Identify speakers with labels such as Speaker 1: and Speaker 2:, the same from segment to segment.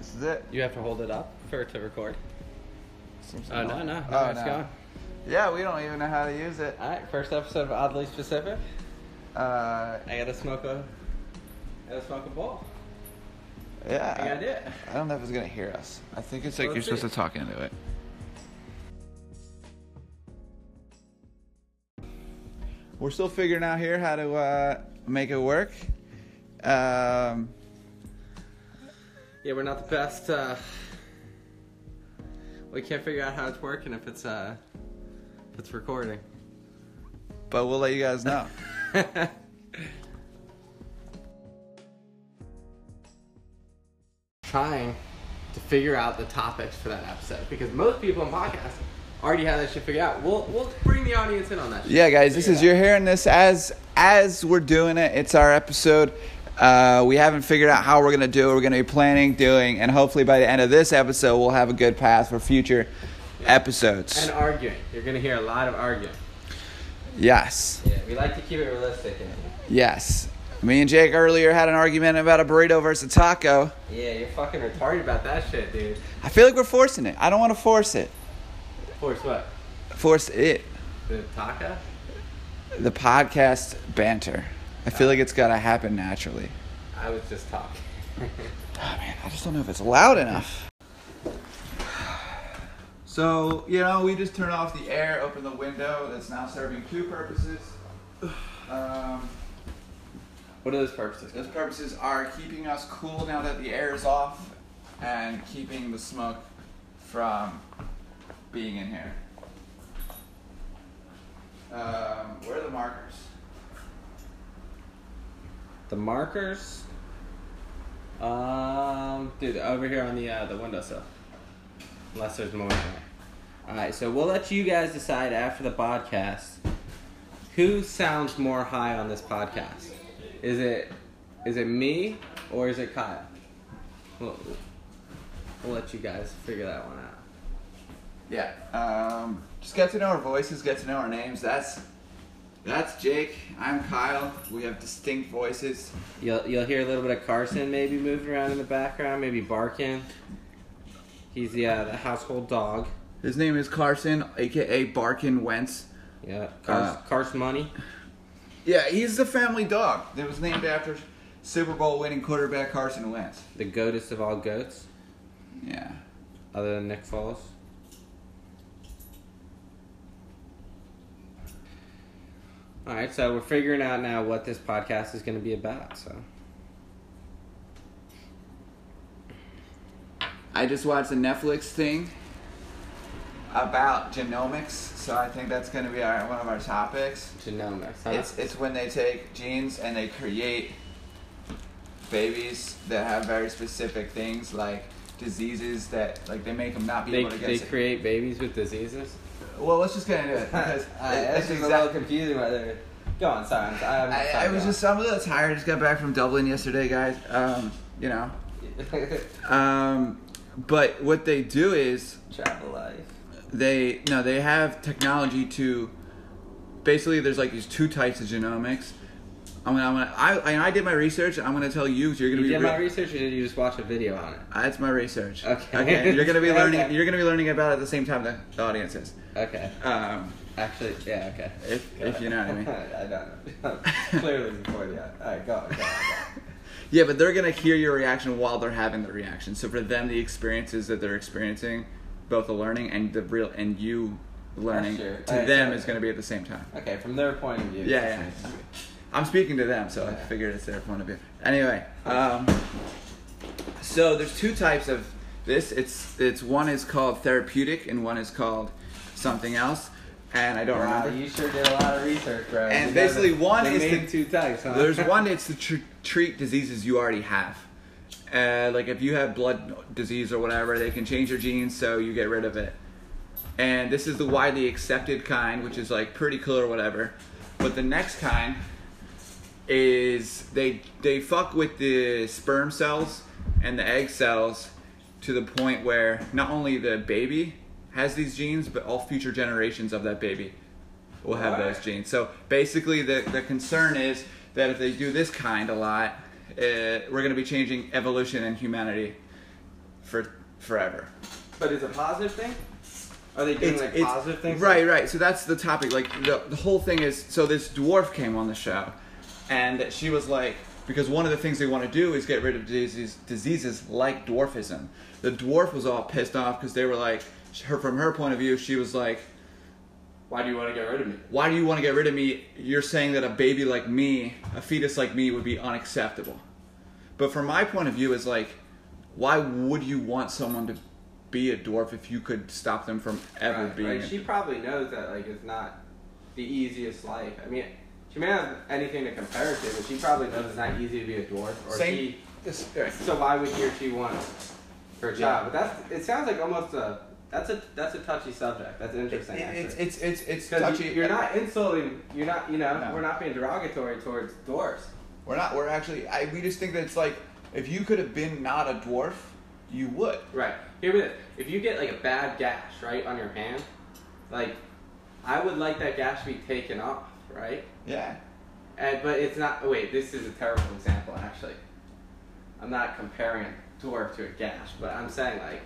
Speaker 1: is it.
Speaker 2: You have to hold it up for it to record.
Speaker 1: Seems to
Speaker 2: Oh,
Speaker 1: know.
Speaker 2: no, no. no
Speaker 1: Oh,
Speaker 2: it's
Speaker 1: no.
Speaker 2: going.
Speaker 1: Yeah, we don't even know how to use it.
Speaker 2: All right, first episode of Oddly Specific.
Speaker 1: Uh,
Speaker 2: I gotta smoke a, I gotta smoke a bowl.
Speaker 1: yeah.
Speaker 2: I gotta do it.
Speaker 1: I don't know if it's gonna hear us. I think it's
Speaker 2: Well,
Speaker 1: like you're
Speaker 2: let's see.
Speaker 1: supposed to talk into it. We're still figuring out here how to uh, make it work. Um,
Speaker 2: Yeah, we're not the best. Uh, we can't figure out how it's working if it's uh, if it's recording.
Speaker 1: but we'll let you guys know.
Speaker 2: Trying to figure out the topics for that episode because most people in podcasts already have that shit figured out. We'll we'll bring the audience in on that. Shit.
Speaker 1: yeah, guys, this is
Speaker 2: Yeah.
Speaker 1: you're hearing this as as we're doing it. It's our episode. Uh, we haven't figured out how we're gonna do it. We're gonna be planning, doing, and hopefully by the end of this episode, we'll have a good path for future episodes.
Speaker 2: And arguing. You're gonna hear a lot of arguing.
Speaker 1: yes.
Speaker 2: Yeah, we like to keep it realistic. And,
Speaker 1: Yes. Me and Jake earlier had an argument about a burrito versus a taco.
Speaker 2: yeah, you're fucking retarded about that shit, dude.
Speaker 1: I feel like we're forcing it. I don't want to force it.
Speaker 2: Force what?
Speaker 1: Force it.
Speaker 2: The taco?
Speaker 1: The podcast banter. I feel like it's got to happen naturally.
Speaker 2: I was just talking.
Speaker 1: Oh, man, I just don't know if it's loud enough. So, you know, we just turn off the air, open the window. That's now serving two purposes. Um,
Speaker 2: what are those purposes?
Speaker 1: those purposes are keeping us cool now that the air is off and keeping the smoke from being in here. Um, where are the markers?
Speaker 2: The markers. Um, dude, over here on the uh, the windowsill. Unless there's more in there. All right, so we'll let you guys decide after the podcast who sounds more high on this podcast. Is it is it me or is it Kyle? We'll, we'll let you guys figure that one out.
Speaker 1: Yeah. Um, just get to know our voices, get to know our names. That's that's Jake. I'm Kyle. We have distinct voices.
Speaker 2: You'll you'll hear a little bit of Carson maybe moving around in the background, maybe barking. He's the uh, the household dog.
Speaker 1: His name is Carson, aka Barkin Wentz.
Speaker 2: Yeah, Cars,
Speaker 1: Uh,
Speaker 2: Cars Money.
Speaker 1: Yeah, he's the family dog that was named after Super Bowl winning quarterback Carson Wentz.
Speaker 2: the goatest of all goats,
Speaker 1: Yeah.
Speaker 2: other than Nick Foles. All right, so we're figuring out now what this podcast is going to be about. So
Speaker 1: I just watched a Netflix thing about genomics, so I think that's going to be our, one of our topics.
Speaker 2: genomics. Huh?
Speaker 1: It's it's when they take genes and they create babies that have very specific things like diseases that like they make them not be
Speaker 2: they
Speaker 1: able to get
Speaker 2: they
Speaker 1: sick.
Speaker 2: create babies with diseases.
Speaker 1: well, let's just get into it because it- it's exact-
Speaker 2: confusing. Whether go on, sorry. I'm, I'm
Speaker 1: I, I was just I'm a little tired. Just got back from Dublin yesterday, guys. Um, you know. Um, but what they do is
Speaker 2: travel life.
Speaker 1: they no they have technology to basically there's like these two types of genomics i'm gonna, I'm gonna I, I i did my research i'm gonna tell you so you're gonna
Speaker 2: You
Speaker 1: be
Speaker 2: did my
Speaker 1: real-
Speaker 2: research, or did you just watch a video on it?
Speaker 1: that's my research
Speaker 2: Okay.
Speaker 1: you're gonna be learning
Speaker 2: Okay.
Speaker 1: you're gonna be learning about it at the same time the, the audience is
Speaker 2: Okay,
Speaker 1: um
Speaker 2: actually, yeah, okay.
Speaker 1: if if you know what i mean
Speaker 2: I don't know. Clearly before that. All right, go on, go on.
Speaker 1: yeah but they're gonna hear your reaction while they're having the reaction so for them the experiences that they're experiencing both the learning and the real and you learning
Speaker 2: Sure.
Speaker 1: to
Speaker 2: Alright,
Speaker 1: them
Speaker 2: sorry.
Speaker 1: is gonna be at the same time
Speaker 2: Okay, from their point of view.
Speaker 1: Yeah, yeah. I'm speaking to them, so I figured it's their point of view. Anyway, um, so there's two types of this. It's it's one is called therapeutic and one is called something else, and I don't
Speaker 2: Wow,
Speaker 1: remember.
Speaker 2: you sure did a lot of research, bro.
Speaker 1: And
Speaker 2: You
Speaker 1: basically
Speaker 2: know the-
Speaker 1: one
Speaker 2: the
Speaker 1: is
Speaker 2: main
Speaker 1: the-
Speaker 2: two types. Huh?
Speaker 1: There's one that's to tr- treat diseases you already have. Uh, like if you have blood disease or whatever, they can change your genes so you get rid of it. And this is the widely accepted kind, which is like pretty cool or whatever. But the next kind is they they fuck with the sperm cells and the egg cells to the point where not only the baby has these genes, but all future generations of that baby will have
Speaker 2: Wow.
Speaker 1: those genes. So basically, the the concern is that if they eh, do this kind a lot, uh, we're going to be changing evolution and humanity for forever.
Speaker 2: But is it a positive thing? Are they doing like positive things?
Speaker 1: Right, right. So that's the topic. Like the, the whole thing is so this dwarf came on the show, and she was like, because one of the things they want to do is get rid of diseases, diseases like dwarfism. The dwarf was all pissed off because they were like, her from her point of view, she was like,
Speaker 2: Why do you want to get rid of me?
Speaker 1: why do you want to get rid of me? You're saying that a baby like me, a fetus like me, would be unacceptable. But from my point of view, is like, why would you want someone to be a dwarf if you could stop them from ever
Speaker 2: Right,
Speaker 1: being?
Speaker 2: right.
Speaker 1: a-
Speaker 2: She probably knows that like it's not the easiest life. I mean, she may not have anything to compare it to, but she probably knows it's not easy to be a dwarf. Or
Speaker 1: Same.
Speaker 2: he,
Speaker 1: This, right.
Speaker 2: so why would he or she want her job? But that's it. Sounds like almost a that's a that's a touchy subject. That's
Speaker 1: It-
Speaker 2: interesting.
Speaker 1: It's
Speaker 2: actually.
Speaker 1: it's it's it's
Speaker 2: 'Cause
Speaker 1: touchy.
Speaker 2: You, you're not insulting. You're not. You know,
Speaker 1: No.
Speaker 2: we're not being derogatory towards dwarves.
Speaker 1: We're not. We're actually. I, we just think that it's like if you could have been not a dwarf, you would.
Speaker 2: Right. Here with it. If you get like a bad gash, right, on your hand, like I would like that gash to be taken off, right?
Speaker 1: Yeah.
Speaker 2: And, but it's not. oh, Wait, this is a terrible example, actually. I'm not comparing dwarf to a gash, but I'm saying like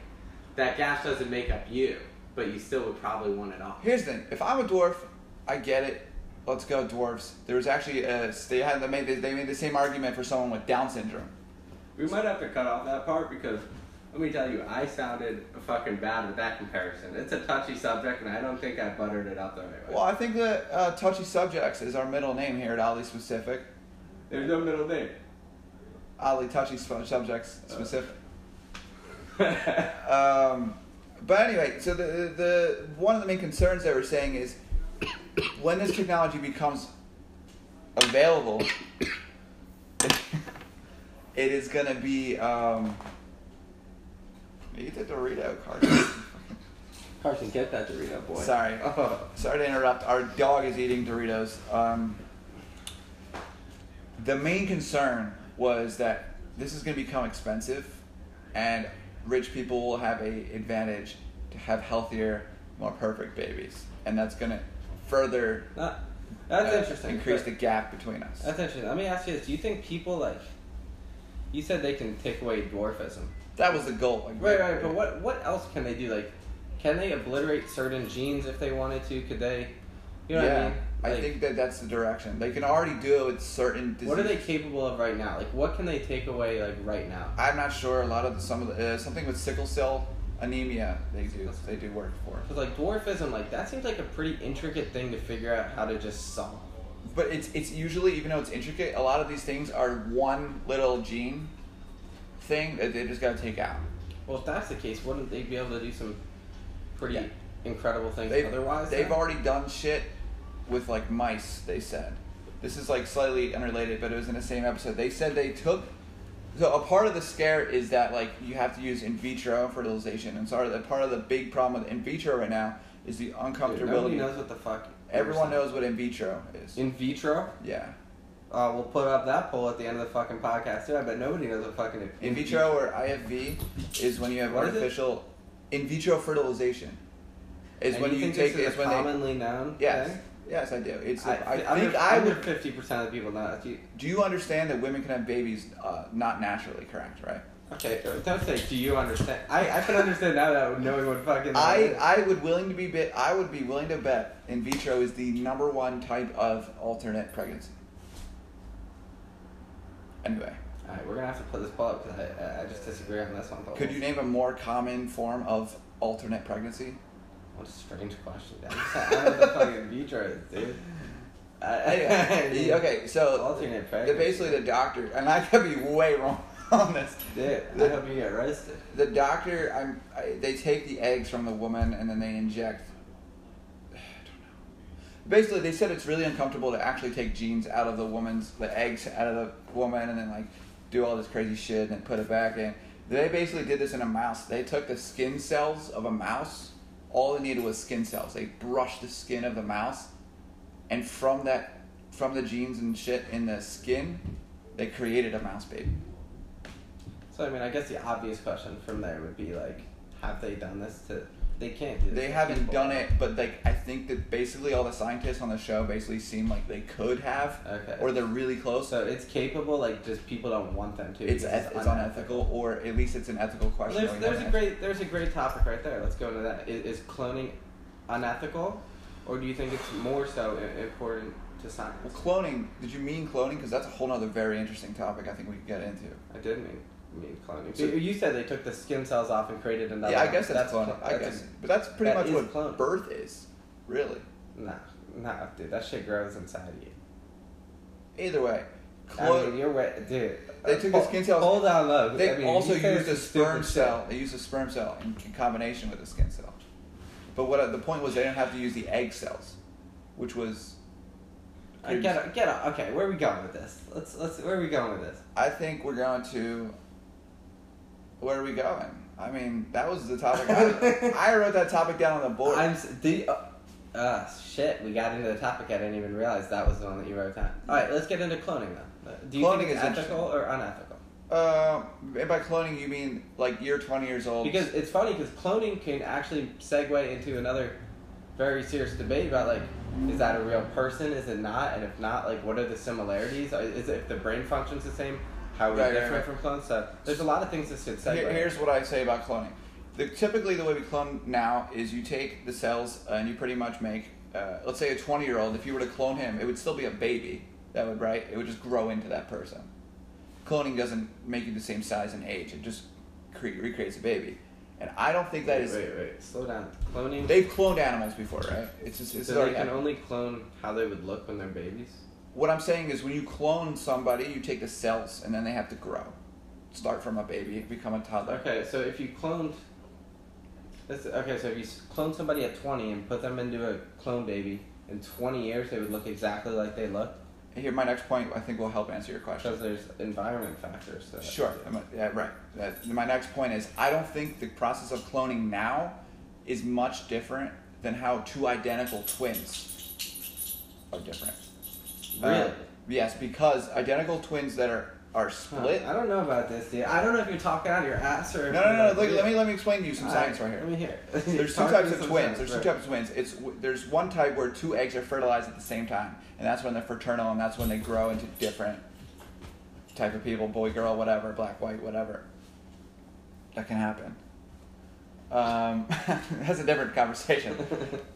Speaker 2: that gash doesn't make up you, but you still would probably want it off.
Speaker 1: Here's the thing. If I'm a dwarf, I get it. Let's go dwarves. There was actually a, they had they made the, they made the same argument for someone with Down syndrome.
Speaker 2: We might have to cut off that part because let me tell you, I sounded fucking bad with that comparison. It's a touchy subject, and I don't think I buttered it up the right way.
Speaker 1: Well, I think that uh, touchy subjects is our middle name here at Oddly Specific.
Speaker 2: There's no middle name.
Speaker 1: Oddly touchy sp- subjects specific.
Speaker 2: right.
Speaker 1: Um, but anyway, so the, the one of the main concerns they were saying is when this technology becomes available, it is going to be. Um, eat the Dorito card.
Speaker 2: Carson, get that Dorito boy.
Speaker 1: Sorry.
Speaker 2: Oh.
Speaker 1: Sorry to interrupt. Our dog is eating Doritos. Um, the main concern was that this is going to become expensive, and rich people will have a advantage to have healthier, more perfect babies, and that's going to further
Speaker 2: That- that's
Speaker 1: uh,
Speaker 2: interesting.
Speaker 1: increase the
Speaker 2: but-
Speaker 1: gap between us.
Speaker 2: That's interesting. Let me ask you this: Do you think people like? You said they can take away dwarfism.
Speaker 1: that was the goal. like,
Speaker 2: Right, right. But what what else can they do? Like, can they obliterate certain genes if they wanted to? Could they? You know
Speaker 1: yeah,
Speaker 2: what I mean? Like,
Speaker 1: think that that's the direction. They can already do it with certain. Diseases.
Speaker 2: What are they capable of right now? Like, what can they take away like right now?
Speaker 1: I'm not sure. A lot of the, some of the uh, something with sickle cell anemia. They do they do work for.
Speaker 2: Because like dwarfism, like that seems like a pretty intricate thing to figure out how to just solve.
Speaker 1: But it's it's usually even though it's intricate, a lot of these things are one little gene thing that they just gotta take out.
Speaker 2: Well, if that's the case, wouldn't they be able to do some pretty
Speaker 1: Yeah.
Speaker 2: incredible things
Speaker 1: They've,
Speaker 2: otherwise?
Speaker 1: they've
Speaker 2: then?
Speaker 1: already done shit with like mice. They said this is like slightly unrelated, but it was in the same episode. They said they took. So a part of the scare is that like you have to use in vitro fertilization, and sorry, that part of the big problem with in vitro right now is the
Speaker 2: Dude, nobody
Speaker 1: uncomfortability.
Speaker 2: knows what the fuck.
Speaker 1: Everyone knows what in vitro is.
Speaker 2: In vitro.
Speaker 1: yeah.
Speaker 2: Uh, we'll put up that poll at the end of the fucking podcast too. I bet nobody knows what fucking
Speaker 1: In vitro or IFV is when you have
Speaker 2: What is it?
Speaker 1: artificial in vitro fertilization. Is
Speaker 2: And
Speaker 1: when you
Speaker 2: think
Speaker 1: take
Speaker 2: this
Speaker 1: is
Speaker 2: is a
Speaker 1: when they
Speaker 2: commonly known.
Speaker 1: yes
Speaker 2: thing?
Speaker 1: yes I do. It's
Speaker 2: I,
Speaker 1: I,
Speaker 2: I,
Speaker 1: think I would.
Speaker 2: Fifty percent of the people know. that. Do you-
Speaker 1: Do you understand that women can have babies uh, not naturally correct? Right.
Speaker 2: Okay, don't say. Do you understand? I, I can understand now that knowing what fucking.
Speaker 1: I I would willing to be bit. I would be willing to bet in vitro is the number one type of alternate pregnancy. Anyway,
Speaker 2: All right, we're gonna have to put this poll up because I, I just disagree on this one. But
Speaker 1: could you name a more common form of alternate pregnancy?
Speaker 2: What a strange question. Dan. I don't know what the fucking in vitro is, dude. I-
Speaker 1: Anyway, okay, so
Speaker 2: Alternate
Speaker 1: The,
Speaker 2: pregnancy.
Speaker 1: basically, the doctor, and I could be way wrong on this.
Speaker 2: Dude, I hope you get roasted.
Speaker 1: The doctor, I'm, I, they take the eggs from the woman and then they inject. I don't know. Basically, they said it's really uncomfortable to actually take genes out of the woman's, the eggs out of the woman, and then like do all this crazy shit and then put it back in. They basically did this in a mouse. They took the skin cells of a mouse. All they needed was skin cells. They brushed the skin of the mouse, and from that, from the genes and shit in the skin, they created a mouse baby.
Speaker 2: So I mean, I guess the obvious question from there would be like, have they done this to They can't do that.
Speaker 1: They haven't done it, but like I think that basically all the scientists on the show basically seem like they could have,
Speaker 2: Okay.
Speaker 1: or they're really close.
Speaker 2: So it's capable, like just people don't want them to.
Speaker 1: it's
Speaker 2: because
Speaker 1: eth- it's unethical, or at least it's an ethical
Speaker 2: Well,
Speaker 1: question. that we
Speaker 2: There's, there's
Speaker 1: haven't
Speaker 2: a great there's a great topic right there. Let's go into that. Is, is cloning unethical, or do you think it's more so i- important to
Speaker 1: asked.
Speaker 2: science?
Speaker 1: Well, cloning. Did you mean cloning? Because that's a whole other very interesting topic. I think we could get into.
Speaker 2: I did mean mean cloning.
Speaker 1: So-
Speaker 2: you you said they took the skin cells off and created another.
Speaker 1: yeah, I
Speaker 2: one.
Speaker 1: guess that's,
Speaker 2: cl-
Speaker 1: cloning. I
Speaker 2: that's
Speaker 1: guess, but that's pretty
Speaker 2: that
Speaker 1: much
Speaker 2: is
Speaker 1: what
Speaker 2: cloning.
Speaker 1: birth is, really.
Speaker 2: A, nah, nah, dude, that shit grows inside you.
Speaker 1: Either way,
Speaker 2: I mean,
Speaker 1: clone.
Speaker 2: you're right, dude.
Speaker 1: They took the skin cells-
Speaker 2: Hold on, low.
Speaker 1: they
Speaker 2: I mean,
Speaker 1: also
Speaker 2: you said
Speaker 1: used a
Speaker 2: it's stupid
Speaker 1: sperm
Speaker 2: shit.
Speaker 1: cell. They used a sperm cell in, in combination with a skin cell. But what I- the point was, they didn't have to use the egg cells, which was.
Speaker 2: I get it, get it. Okay, where are we going with this? Let's let's. Where are we going with this?
Speaker 1: I think we're going to. Where are we going? I mean, that was the topic. I, I wrote that topic down on the board.
Speaker 2: I'm. s- Did, uh, uh, shit, we got into the topic. I didn't even realize that was the one that you wrote down. All right, let's get into cloning then. Uh, Do you
Speaker 1: Cloning
Speaker 2: think it's
Speaker 1: is interesting.
Speaker 2: ethical or unethical?
Speaker 1: Uh, and by cloning, you mean like you're 20 years old.
Speaker 2: Because it's funny because cloning can actually segue into another very serious debate about like, is that a real person? Is it not? And if not, like, what are the similarities? Are- Is it if the brain functions the same? How are we
Speaker 1: Right, right,
Speaker 2: different
Speaker 1: right.
Speaker 2: from clones? So there's a lot of things this could segue.
Speaker 1: Here- here's what I say about cloning. The, typically, the way we clone now is you take the cells and you pretty much make, uh, let's say, a 20 year old. If you were to clone him, it would still be a baby. That would right. It would just grow into that person. Cloning doesn't make you the same size and age. It just cre- recreates a baby. And I don't think that
Speaker 2: wait,
Speaker 1: is.
Speaker 2: wait, wait, slow down. Cloning.
Speaker 1: They've cloned animals before, right? It's just it's
Speaker 2: so they
Speaker 1: already
Speaker 2: can
Speaker 1: happened.
Speaker 2: only clone how they would look when they're babies.
Speaker 1: What I'm saying is, when you clone somebody, you take the cells and then they have to grow. Start from a baby, become a toddler.
Speaker 2: Okay, so if you cloned. This, okay, so if you s- cloned somebody at 20 and put them into a clone baby, in 20 years they would look exactly like they look
Speaker 1: Here, my next point I think will help answer your question.
Speaker 2: because there's environment factors. So
Speaker 1: Sure. I'm a- yeah, right. That- my next point is I don't think the process of cloning now is much different than how two identical twins are different. Uh,
Speaker 2: Really?
Speaker 1: yes, because identical twins that are are
Speaker 2: Huh,
Speaker 1: split.
Speaker 2: I don't know about this, dude. I don't know if you're talking out of your ass or.
Speaker 1: no, no,
Speaker 2: if you're
Speaker 1: no.
Speaker 2: like,
Speaker 1: Look, let
Speaker 2: yeah.
Speaker 1: me let me explain to you some
Speaker 2: All
Speaker 1: science
Speaker 2: right,
Speaker 1: right here.
Speaker 2: Let me hear.
Speaker 1: There's two
Speaker 2: Talk
Speaker 1: types
Speaker 2: me
Speaker 1: of
Speaker 2: some
Speaker 1: twins.
Speaker 2: science,
Speaker 1: There's
Speaker 2: right.
Speaker 1: two types of twins. It's w- there's one type where two eggs are fertilized at the same time, and that's when they're fraternal, and that's when they grow into different type of people, boy, girl, whatever, black, white, whatever. That can happen. Um, that's a different conversation.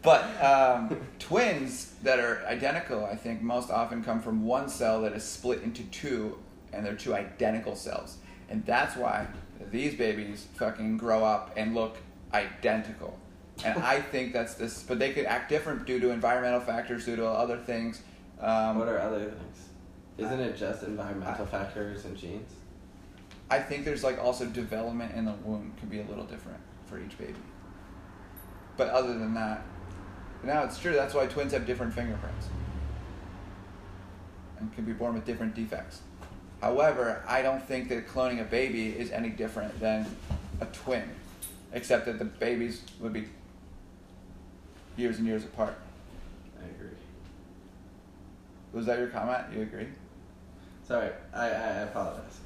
Speaker 1: but um, twins that are identical, I think, most often come from one cell that is split into two, and they're two identical cells, and that's why these babies fucking grow up and look identical. And I think that's this, but they could act different due to environmental factors, due to other things. Um,
Speaker 2: What are other things? Isn't it just environmental factors and genes?
Speaker 1: I think there's like also development in the womb can be a little different for each baby. But other than that, now it's true. That's why twins have different fingerprints and can be born with different defects. However, I don't think that cloning a baby is any different than a twin, except that the babies would be years and years apart.
Speaker 2: I agree.
Speaker 1: Was that your comment? You agree?
Speaker 2: Sorry, I, I I apologize.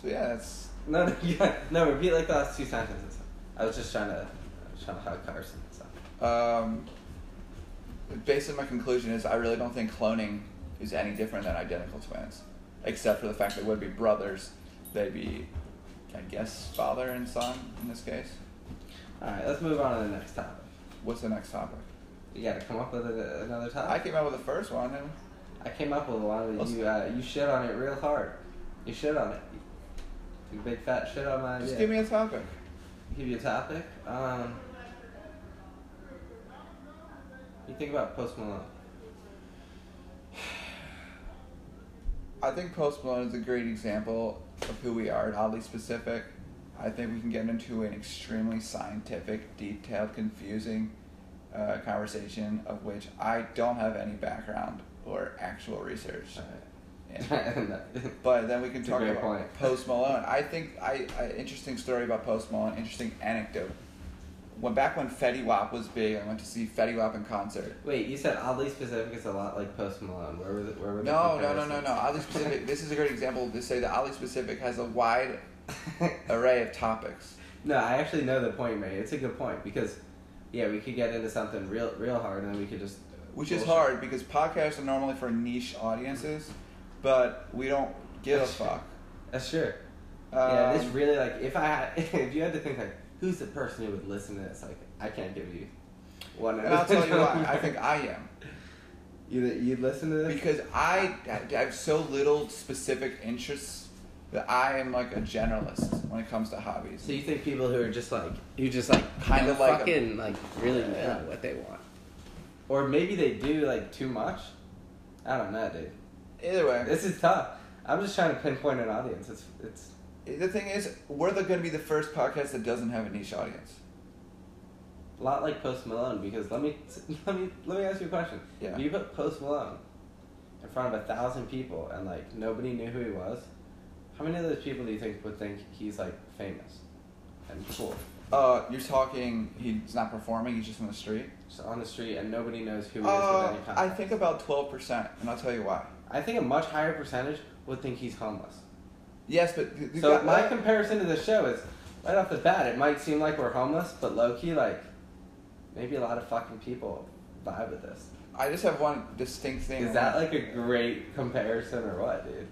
Speaker 1: So yeah, that's
Speaker 2: No, no, yeah, no. Repeat like the last two sentences. I was just trying to, I was trying to hug Carson. So.
Speaker 1: Um, basically, my conclusion is I really don't think cloning is any different than identical twins, except for the fact they would be brothers. They'd be, I guess, father and son in this case.
Speaker 2: All right, let's move on to the next topic.
Speaker 1: What's the next topic?
Speaker 2: You got to come up with a, another
Speaker 1: I
Speaker 2: topic.
Speaker 1: came out with the first one. And
Speaker 2: I, came up with one. that
Speaker 1: Let's-
Speaker 2: You uh, you shit on it real hard. You shit on it. You big fat shit on my.
Speaker 1: just
Speaker 2: idea.
Speaker 1: give me a topic.
Speaker 2: Give you a topic. Um, you think about Post Malone.
Speaker 1: I think Post Malone is a great example of who we are and oddly specific. I think we can get into an extremely scientific, detailed, confusing uh, conversation of which I don't have any background or actual research.
Speaker 2: All
Speaker 1: in.
Speaker 2: right.
Speaker 1: But then we can
Speaker 2: It's a
Speaker 1: talk
Speaker 2: great
Speaker 1: about
Speaker 2: point.
Speaker 1: Post Malone. I think I, I interesting story about Post Malone. Interesting anecdote. When back when Fetty Wap was big, I went to see Fetty Wap in concert.
Speaker 2: Wait, you said oddly specific is a lot like Post Malone. Where was it? Where were the
Speaker 1: No, no, no, no,
Speaker 2: comparisons?
Speaker 1: no. Oddly specific. this is a great example to say that oddly specific has a wide array of topics.
Speaker 2: No, I actually know the point you made. It's a good point because, yeah, we could get into something real, real hard, and then we could just.
Speaker 1: Which is
Speaker 2: bullshit.
Speaker 1: hard because podcasts are normally for niche audiences, but we don't give a fuck.
Speaker 2: That's sure.
Speaker 1: Um,
Speaker 2: yeah, this really like if I had, if you had to think like who's the person who would listen to this, like I can't give you one.
Speaker 1: and I'll tell you why. I think I am.
Speaker 2: you you listen to this.
Speaker 1: Because I, I have so little specific interests that I am like a generalist when it comes to hobbies.
Speaker 2: So you think people who are just like you just like
Speaker 1: Kinda
Speaker 2: don't
Speaker 1: like 'em.
Speaker 2: fucking like really
Speaker 1: Yeah.
Speaker 2: know what they want, or maybe they do like too much. I don't know, dude.
Speaker 1: Either way,
Speaker 2: This is tough. I'm just trying to pinpoint an audience. It's it's
Speaker 1: the thing is, we're going to be the first podcast that doesn't have a niche audience.
Speaker 2: a lot like Post Malone because let me let me let me ask you a question.
Speaker 1: Yeah.
Speaker 2: If you put Post Malone in front of a thousand people and like nobody knew who he was, how many of those people do you think would think he's like famous and cool,
Speaker 1: Uh, you're talking. He's not performing. He's just on the street.
Speaker 2: just on the street and nobody knows who he is? with
Speaker 1: Uh,
Speaker 2: any
Speaker 1: I
Speaker 2: context?
Speaker 1: think about twelve percent, and I'll tell you why.
Speaker 2: I think a much higher percentage would think he's homeless.
Speaker 1: Yes, but th- th-
Speaker 2: So
Speaker 1: that-
Speaker 2: my comparison to the show is right off the bat. It might seem like we're homeless, but low key, like maybe a lot of fucking people vibe with this.
Speaker 1: I just have one distinct thing.
Speaker 2: Is that like a great comparison or what, dude?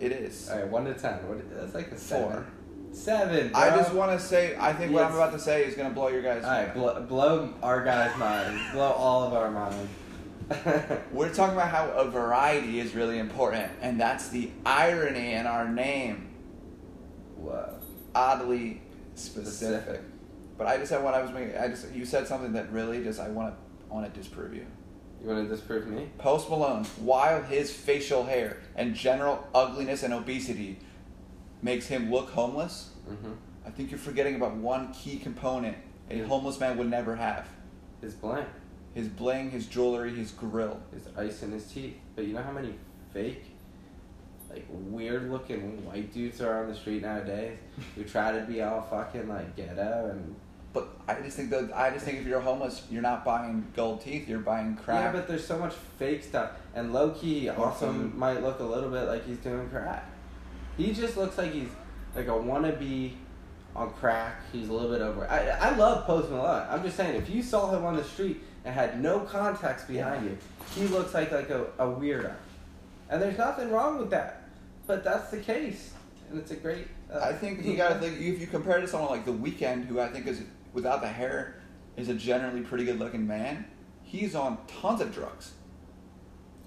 Speaker 1: it is?
Speaker 2: All right, one to ten. What? That's like a seven.
Speaker 1: Four.
Speaker 2: Seven.
Speaker 1: I
Speaker 2: bro.
Speaker 1: just want to say. I think what I'm
Speaker 2: Yes.
Speaker 1: about to say is going to blow your guys.
Speaker 2: All right,
Speaker 1: mind.
Speaker 2: blow, blow our guys' mind. blow all of our mind.
Speaker 1: We're talking about how a variety is really important, and that's the irony in our name.
Speaker 2: Whoa.
Speaker 1: Oddly specific. But I just had one. I was making. I just you said something that really just I want to want to disprove you.
Speaker 2: You want to disprove me?
Speaker 1: Post Malone, while his facial hair and general ugliness and obesity makes him look homeless,
Speaker 2: Mm-hmm.
Speaker 1: I think you're forgetting about one key component a
Speaker 2: Yeah.
Speaker 1: homeless man would never have
Speaker 2: His blank,
Speaker 1: his bling, his jewelry, his grill.
Speaker 2: his ice in his teeth. But you know how many fake, like weird-looking white dudes are on the street nowadays who try to be all fucking like ghetto and
Speaker 1: But I just think that I just think if you're homeless, you're not buying gold teeth, you're buying crap.
Speaker 2: Yeah, but there's so much fake stuff, and low key also
Speaker 1: Awesome.
Speaker 2: might look a little bit like he's doing crack. He just looks like he's like a wannabe on crack. He's a little bit over. I I love Post Malone. I'm just saying, if you saw him on the street and had no contacts behind you, he looks like like a, a weirdo, and there's nothing wrong with that. But that's the case, and it's a great. Uh,
Speaker 1: I think you gotta think if you compare it to someone like The Weeknd, who I think is without the hair is a generally pretty good looking man. He's on tons of drugs.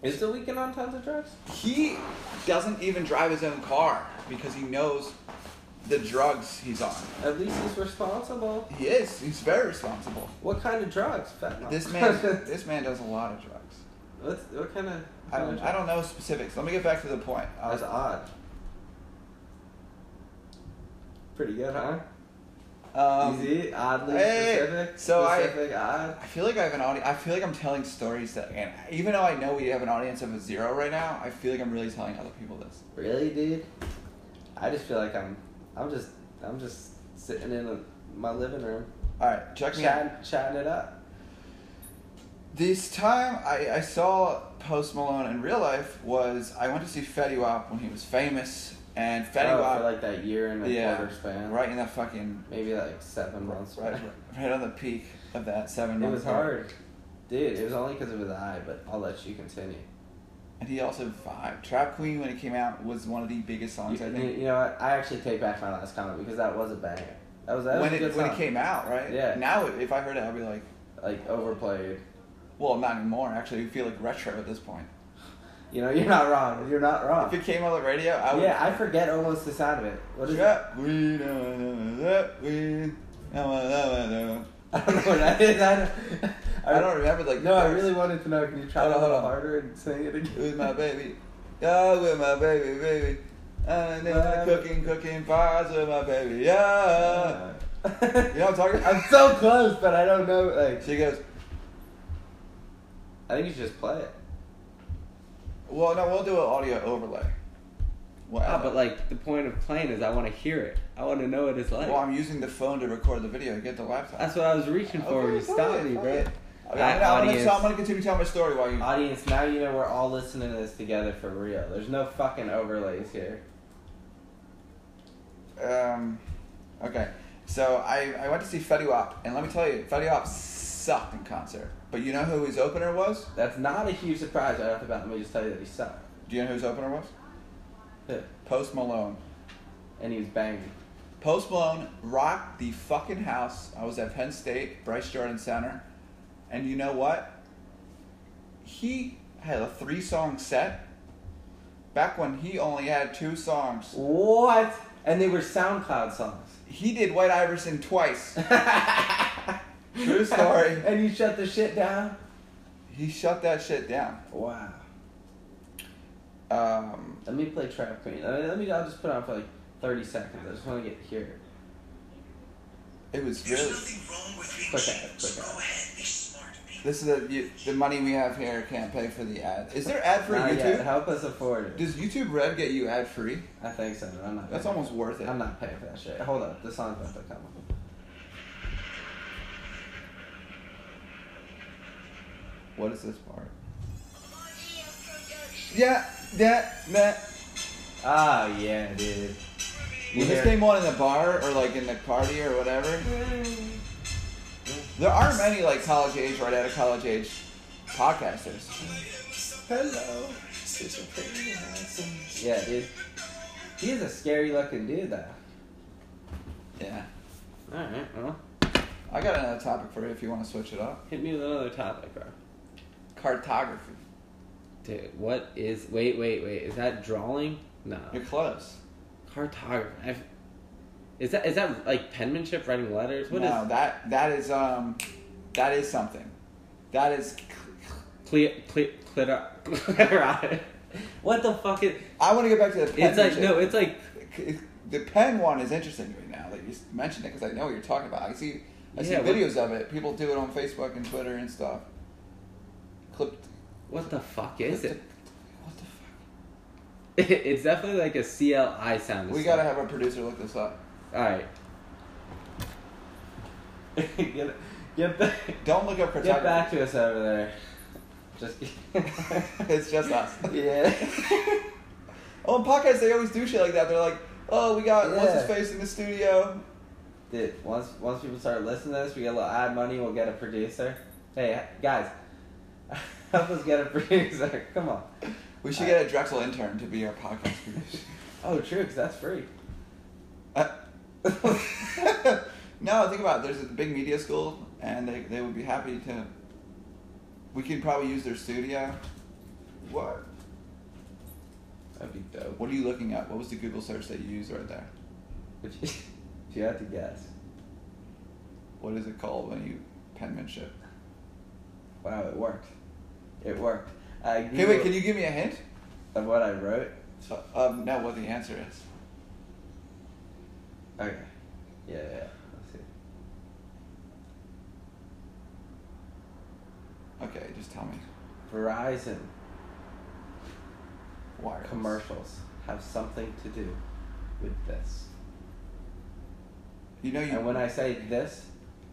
Speaker 2: Is the weekend on tons of drugs?
Speaker 1: He doesn't even drive his own car because he knows the drugs he's on.
Speaker 2: At least he's responsible.
Speaker 1: He is. He's very responsible.
Speaker 2: What kind of drugs? Fentanyl.
Speaker 1: This man, this man does a lot of drugs.
Speaker 2: What's, what kind of?
Speaker 1: I don't, I don't know specifics. Let me get back to the point. Uh, I
Speaker 2: That's
Speaker 1: was-
Speaker 2: odd. Pretty good, huh?
Speaker 1: Um,
Speaker 2: Easy, oddly
Speaker 1: hey,
Speaker 2: specific.
Speaker 1: so I-
Speaker 2: specific, odd.
Speaker 1: I feel like I have an audience. I feel like I'm telling stories that, and even though I know we have an audience of a zero right now, I feel like I'm really telling other people this.
Speaker 2: Really, dude? I just feel like I'm, I'm just, I'm just sitting in my living room,
Speaker 1: All right, check me out.
Speaker 2: chatting, chatting it up.
Speaker 1: This time I, I saw Post Malone in real life was I went to see Fetty Wap when he was famous, and Fetty
Speaker 2: Oh,
Speaker 1: Wap
Speaker 2: for like that year and a
Speaker 1: Yeah.
Speaker 2: quarter span,
Speaker 1: right in that fucking
Speaker 2: Maybe like seven months.
Speaker 1: right, right on the peak of that seven.
Speaker 2: It was
Speaker 1: month mark.
Speaker 2: hard, dude. It was only because of his eye, but I'll let you continue.
Speaker 1: and he also vibed. Trap Queen when it came out was one of the biggest
Speaker 2: You,
Speaker 1: songs I
Speaker 2: you-
Speaker 1: think.
Speaker 2: you know what? I actually take back my last comment because that was a banger. That was that was
Speaker 1: when
Speaker 2: a
Speaker 1: it
Speaker 2: good
Speaker 1: when it
Speaker 2: song.
Speaker 1: came out, right?
Speaker 2: Yeah.
Speaker 1: Now if I heard it, I'd be like,
Speaker 2: like overplayed.
Speaker 1: well, not anymore. Actually, I feel like retro at this point.
Speaker 2: You know, you're not wrong. You're not wrong.
Speaker 1: If it came on the radio, I would.
Speaker 2: yeah, I forget almost the sound of it. What is it?
Speaker 1: Trap Queen, uh, uh, uh, Queen, uh, uh, uh, uh.
Speaker 2: I don't know what that is. I don't,
Speaker 1: I don't remember like.
Speaker 2: No, I
Speaker 1: the-
Speaker 2: really wanted to know. Can you try
Speaker 1: Hold
Speaker 2: a
Speaker 1: on,
Speaker 2: little
Speaker 1: hold on.
Speaker 2: harder and sing it again?
Speaker 1: with my baby. Yeah, with my baby, baby. And then
Speaker 2: Wow.
Speaker 1: cooking, cooking pies with my baby. Yeah.
Speaker 2: Uh,
Speaker 1: You know what I'm talking
Speaker 2: I'm so close, but I don't know. Like,
Speaker 1: She goes,
Speaker 2: I think you should just play it.
Speaker 1: well, no, we'll do an audio overlay. Well,
Speaker 2: Ah, but like the point of playing is I want to hear it. I want to know what it's like.
Speaker 1: well, I'm using the phone to record the video. Get the laptop.
Speaker 2: That's what I was reaching for. when you stopped me, bro.
Speaker 1: Okay,
Speaker 2: That
Speaker 1: I'm, gonna, I'm, gonna,
Speaker 2: audience-
Speaker 1: so I'm gonna continue telling my story while you.
Speaker 2: Audience, now you know we're all listening to this together for real. There's no fucking overlays here.
Speaker 1: Um, okay, So I, I went to see Fetty Wap, and let me tell you, Fetty Wap sucked in concert. But you know who his opener was?
Speaker 2: That's not a huge surprise right off the bat. Let me just tell you that he sucked.
Speaker 1: Do you know who his opener was?
Speaker 2: Yeah.
Speaker 1: Post Malone.
Speaker 2: And he was banging.
Speaker 1: Post Malone rocked the fucking house. I was at Penn State, Bryce Jordan Center, and you know what? He had a three song set back when he only had two songs.
Speaker 2: What? And they were SoundCloud songs.
Speaker 1: He did White Iverson twice. True story.
Speaker 2: and you shut the shit down?
Speaker 1: He shut that shit down.
Speaker 2: Wow.
Speaker 1: Um,
Speaker 2: Let me play Trap Queen. I mean, let me. I'll just put it on for like thirty seconds. I just want to get here.
Speaker 1: it was
Speaker 3: There's
Speaker 1: really.
Speaker 3: nothing wrong with being
Speaker 2: Click
Speaker 3: cheap,
Speaker 2: that, click
Speaker 3: so
Speaker 2: that.
Speaker 3: go ahead, be smart. Be
Speaker 1: This is the you, the money we have here can't pay for the ad. Is there ad free
Speaker 2: Not
Speaker 1: YouTube?
Speaker 2: yet. Help us afford it.
Speaker 1: Does YouTube Red get you ad free?
Speaker 2: I think so. But I'm not.
Speaker 1: That's
Speaker 2: paying.
Speaker 1: almost worth it.
Speaker 2: I'm not paying for that shit. Hold up. The song's about to come. on.
Speaker 1: What is this part? Yeah, yeah, man.
Speaker 2: Oh yeah, dude.
Speaker 1: When this
Speaker 2: Yeah.
Speaker 1: came on in the bar or like in the party or whatever,
Speaker 2: Mm.
Speaker 1: there aren't many like college age, right out of college age podcasters.
Speaker 2: Hello. Yeah, dude. He is a scary looking dude, though.
Speaker 1: Yeah.
Speaker 2: All right. Well,
Speaker 1: I got another topic for you if you want to switch it up.
Speaker 2: hit me with another topic, bro.
Speaker 1: Cartography.
Speaker 2: Dude, what is? Wait, wait, wait. Is that drawing? No.
Speaker 1: You're close.
Speaker 2: Cartography. I've, is that is that like penmanship, writing letters? What is
Speaker 1: no, that that is um, that is something. That is.
Speaker 2: Cle- cle- clitor- What the fuck is?
Speaker 1: I want to get back to the. Pen
Speaker 2: It's like no, it's like
Speaker 1: the pen one is interesting right now that you s- mentioned it because I know what you're talking about. I see, I see
Speaker 2: Yeah, what-
Speaker 1: videos of it. People do it on Facebook and Twitter and stuff. Clipped.
Speaker 2: what the fuck is it?
Speaker 1: What the fuck?
Speaker 2: It's definitely like a CLI sound.
Speaker 1: We gotta have our producer look this up.
Speaker 2: All right. get, get back.
Speaker 1: Don't look up
Speaker 2: Get back
Speaker 1: cartography.
Speaker 2: to us over there. Just.
Speaker 1: it's just us.
Speaker 2: yeah.
Speaker 1: On podcasts, they always do shit like that. They're like, "Oh, we got what's his
Speaker 2: Yeah.
Speaker 1: face in the studio."
Speaker 2: Dude, once once people start listening to this, we get a little ad money. We'll get a producer. Hey guys, help us get a producer. Come on.
Speaker 1: We should get a Drexel intern to be our podcast producer.
Speaker 2: Oh, true, 'cause that's free.
Speaker 1: Uh, no, think about it. There's a big media school, and they, they would be happy to. We could probably use their studio. What?
Speaker 2: That'd be dope.
Speaker 1: What are you looking at? What was the Google search that you used right there?
Speaker 2: If you, if you had to guess,
Speaker 1: What is it called when you penmanship?
Speaker 2: wow, it worked. It worked. I
Speaker 1: Okay, wait. Can you give me a hint?
Speaker 2: of what I wrote?
Speaker 1: So, um, no, what the answer is?
Speaker 2: Okay. Yeah, yeah. yeah. Let's see.
Speaker 1: Okay, just tell me.
Speaker 2: Verizon
Speaker 1: Wireless.
Speaker 2: commercials have something to do with this.
Speaker 1: You know you.
Speaker 2: And when I say this,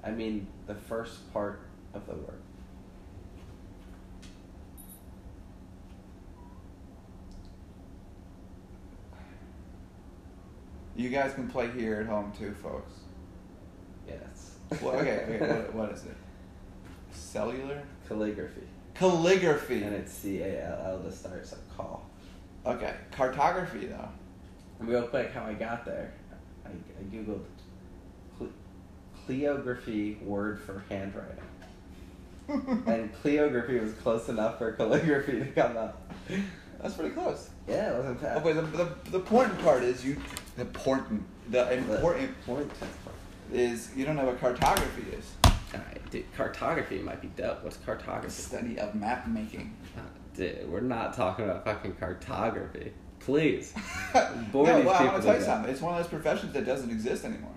Speaker 2: I mean the first part of the word.
Speaker 1: You guys can play here at home too, folks.
Speaker 2: Yes.
Speaker 1: Well, okay. okay what, what is it? Cellular
Speaker 2: Calligraphy.
Speaker 1: calligraphy.
Speaker 2: And it's C A L L to start, so call.
Speaker 1: Okay, cartography though.
Speaker 2: And real quick, how I got there, I, I googled cle- cleography word for handwriting. and cleography was close enough for calligraphy to come up.
Speaker 1: That's pretty close.
Speaker 2: Yeah, it wasn't
Speaker 1: Oh,
Speaker 2: bad.
Speaker 1: but the, the, the important part is you. The important. The important
Speaker 2: Point.
Speaker 1: is you don't know what cartography is.
Speaker 2: Alright, dude, cartography might be dope. What's
Speaker 1: The
Speaker 2: cartography?
Speaker 1: study of map making.
Speaker 2: Uh, Dude, we're not talking about fucking cartography. Please.
Speaker 1: no,
Speaker 2: Boy,
Speaker 1: well, I
Speaker 2: these
Speaker 1: want
Speaker 2: people
Speaker 1: to tell you
Speaker 2: do that.
Speaker 1: something. It's one of those professions that doesn't exist anymore.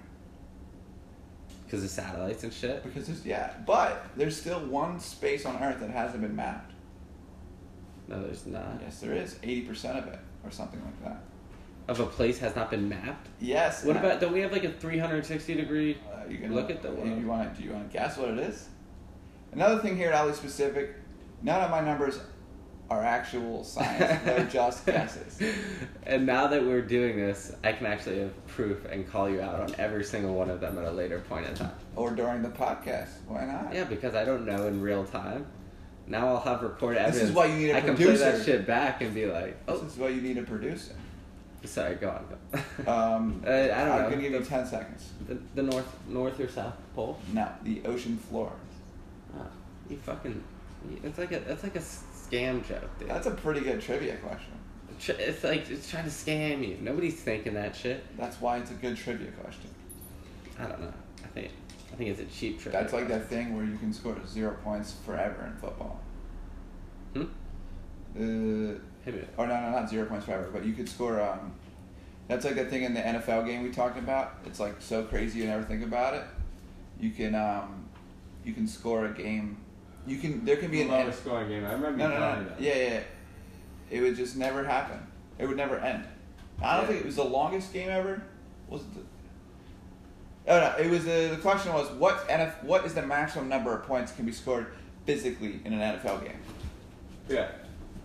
Speaker 2: Because of satellites and shit?
Speaker 1: Because there's yeah, but there's still one space on Earth that hasn't been mapped.
Speaker 2: No, there's not.
Speaker 1: Yes, there is eighty percent of it, or something like that.
Speaker 2: Of a place has not been mapped?
Speaker 1: Yes.
Speaker 2: What
Speaker 1: and I-
Speaker 2: about, don't we have like a 360 degree?
Speaker 1: Uh, you can
Speaker 2: Look at the world.
Speaker 1: You want to? Do you want to guess what it is? Another thing here at Ali Specific, none of my numbers are actual science. They're just guesses.
Speaker 2: And now that we're doing this, I can actually have proof and call you out on every single one of them at a later point in time.
Speaker 1: Or during the podcast. Why not?
Speaker 2: Yeah, because I don't know in real time. Now I'll have recorded evidence.
Speaker 1: This is why you need a
Speaker 2: I can play that
Speaker 1: producer.
Speaker 2: shit back and be like,
Speaker 1: This
Speaker 2: oh,
Speaker 1: is why you need a producer.
Speaker 2: sorry, go on. Go.
Speaker 1: Um,
Speaker 2: Uh, I don't
Speaker 1: I'm
Speaker 2: know.
Speaker 1: gonna give you ten seconds.
Speaker 2: the, the north, north or south pole.
Speaker 1: No, the ocean floor.
Speaker 2: Oh, you fucking. It's like a. That's like a scam joke, dude.
Speaker 1: That's a pretty good trivia question.
Speaker 2: Tr- It's like it's trying to scam you. Nobody's thinking that shit.
Speaker 1: That's why it's a good trivia question.
Speaker 2: I don't know. I think. I think it's a cheap trick.
Speaker 1: That's like that thing where you can score zero points forever in football.
Speaker 2: Hmm?
Speaker 1: Uh,
Speaker 2: Hit me.
Speaker 1: or no, no, not zero points forever, but you could score. Um, that's like that thing in the NFL game we talked about. It's like so crazy you never think about it. You can, um, you can score a game. You can. There can be an. N-
Speaker 4: scoring game. I remember
Speaker 1: no,
Speaker 4: you
Speaker 1: no,
Speaker 4: telling me
Speaker 1: no.
Speaker 4: that.
Speaker 1: Yeah, yeah, yeah. It would just never happen. It would never end. I don't
Speaker 2: Yeah.
Speaker 1: think it was the longest game ever. Was it? The, Oh no! It was the, the question was what NF, what is the maximum number of points can be scored physically in an NFL game?
Speaker 4: Yeah.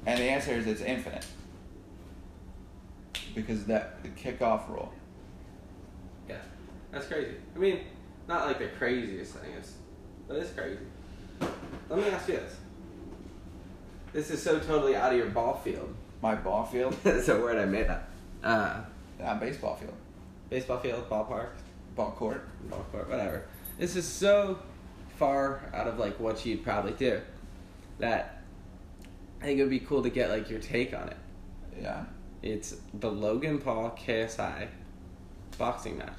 Speaker 1: And the answer is it's infinite. Because of that the kickoff rule.
Speaker 2: Yeah, that's crazy. I mean, not like the craziest thing is, but it's crazy. Let me ask you this. This is so totally out of your ball field.
Speaker 1: My ball field?
Speaker 2: that's a word I made up. Uh,
Speaker 1: Not baseball field.
Speaker 2: baseball field, ballpark,
Speaker 1: Ball court.
Speaker 2: ball court, whatever. This is so far out of like what you'd probably do that I think it would be cool to get like your take on it.
Speaker 1: Yeah.
Speaker 2: It's the Logan Paul KSI boxing match.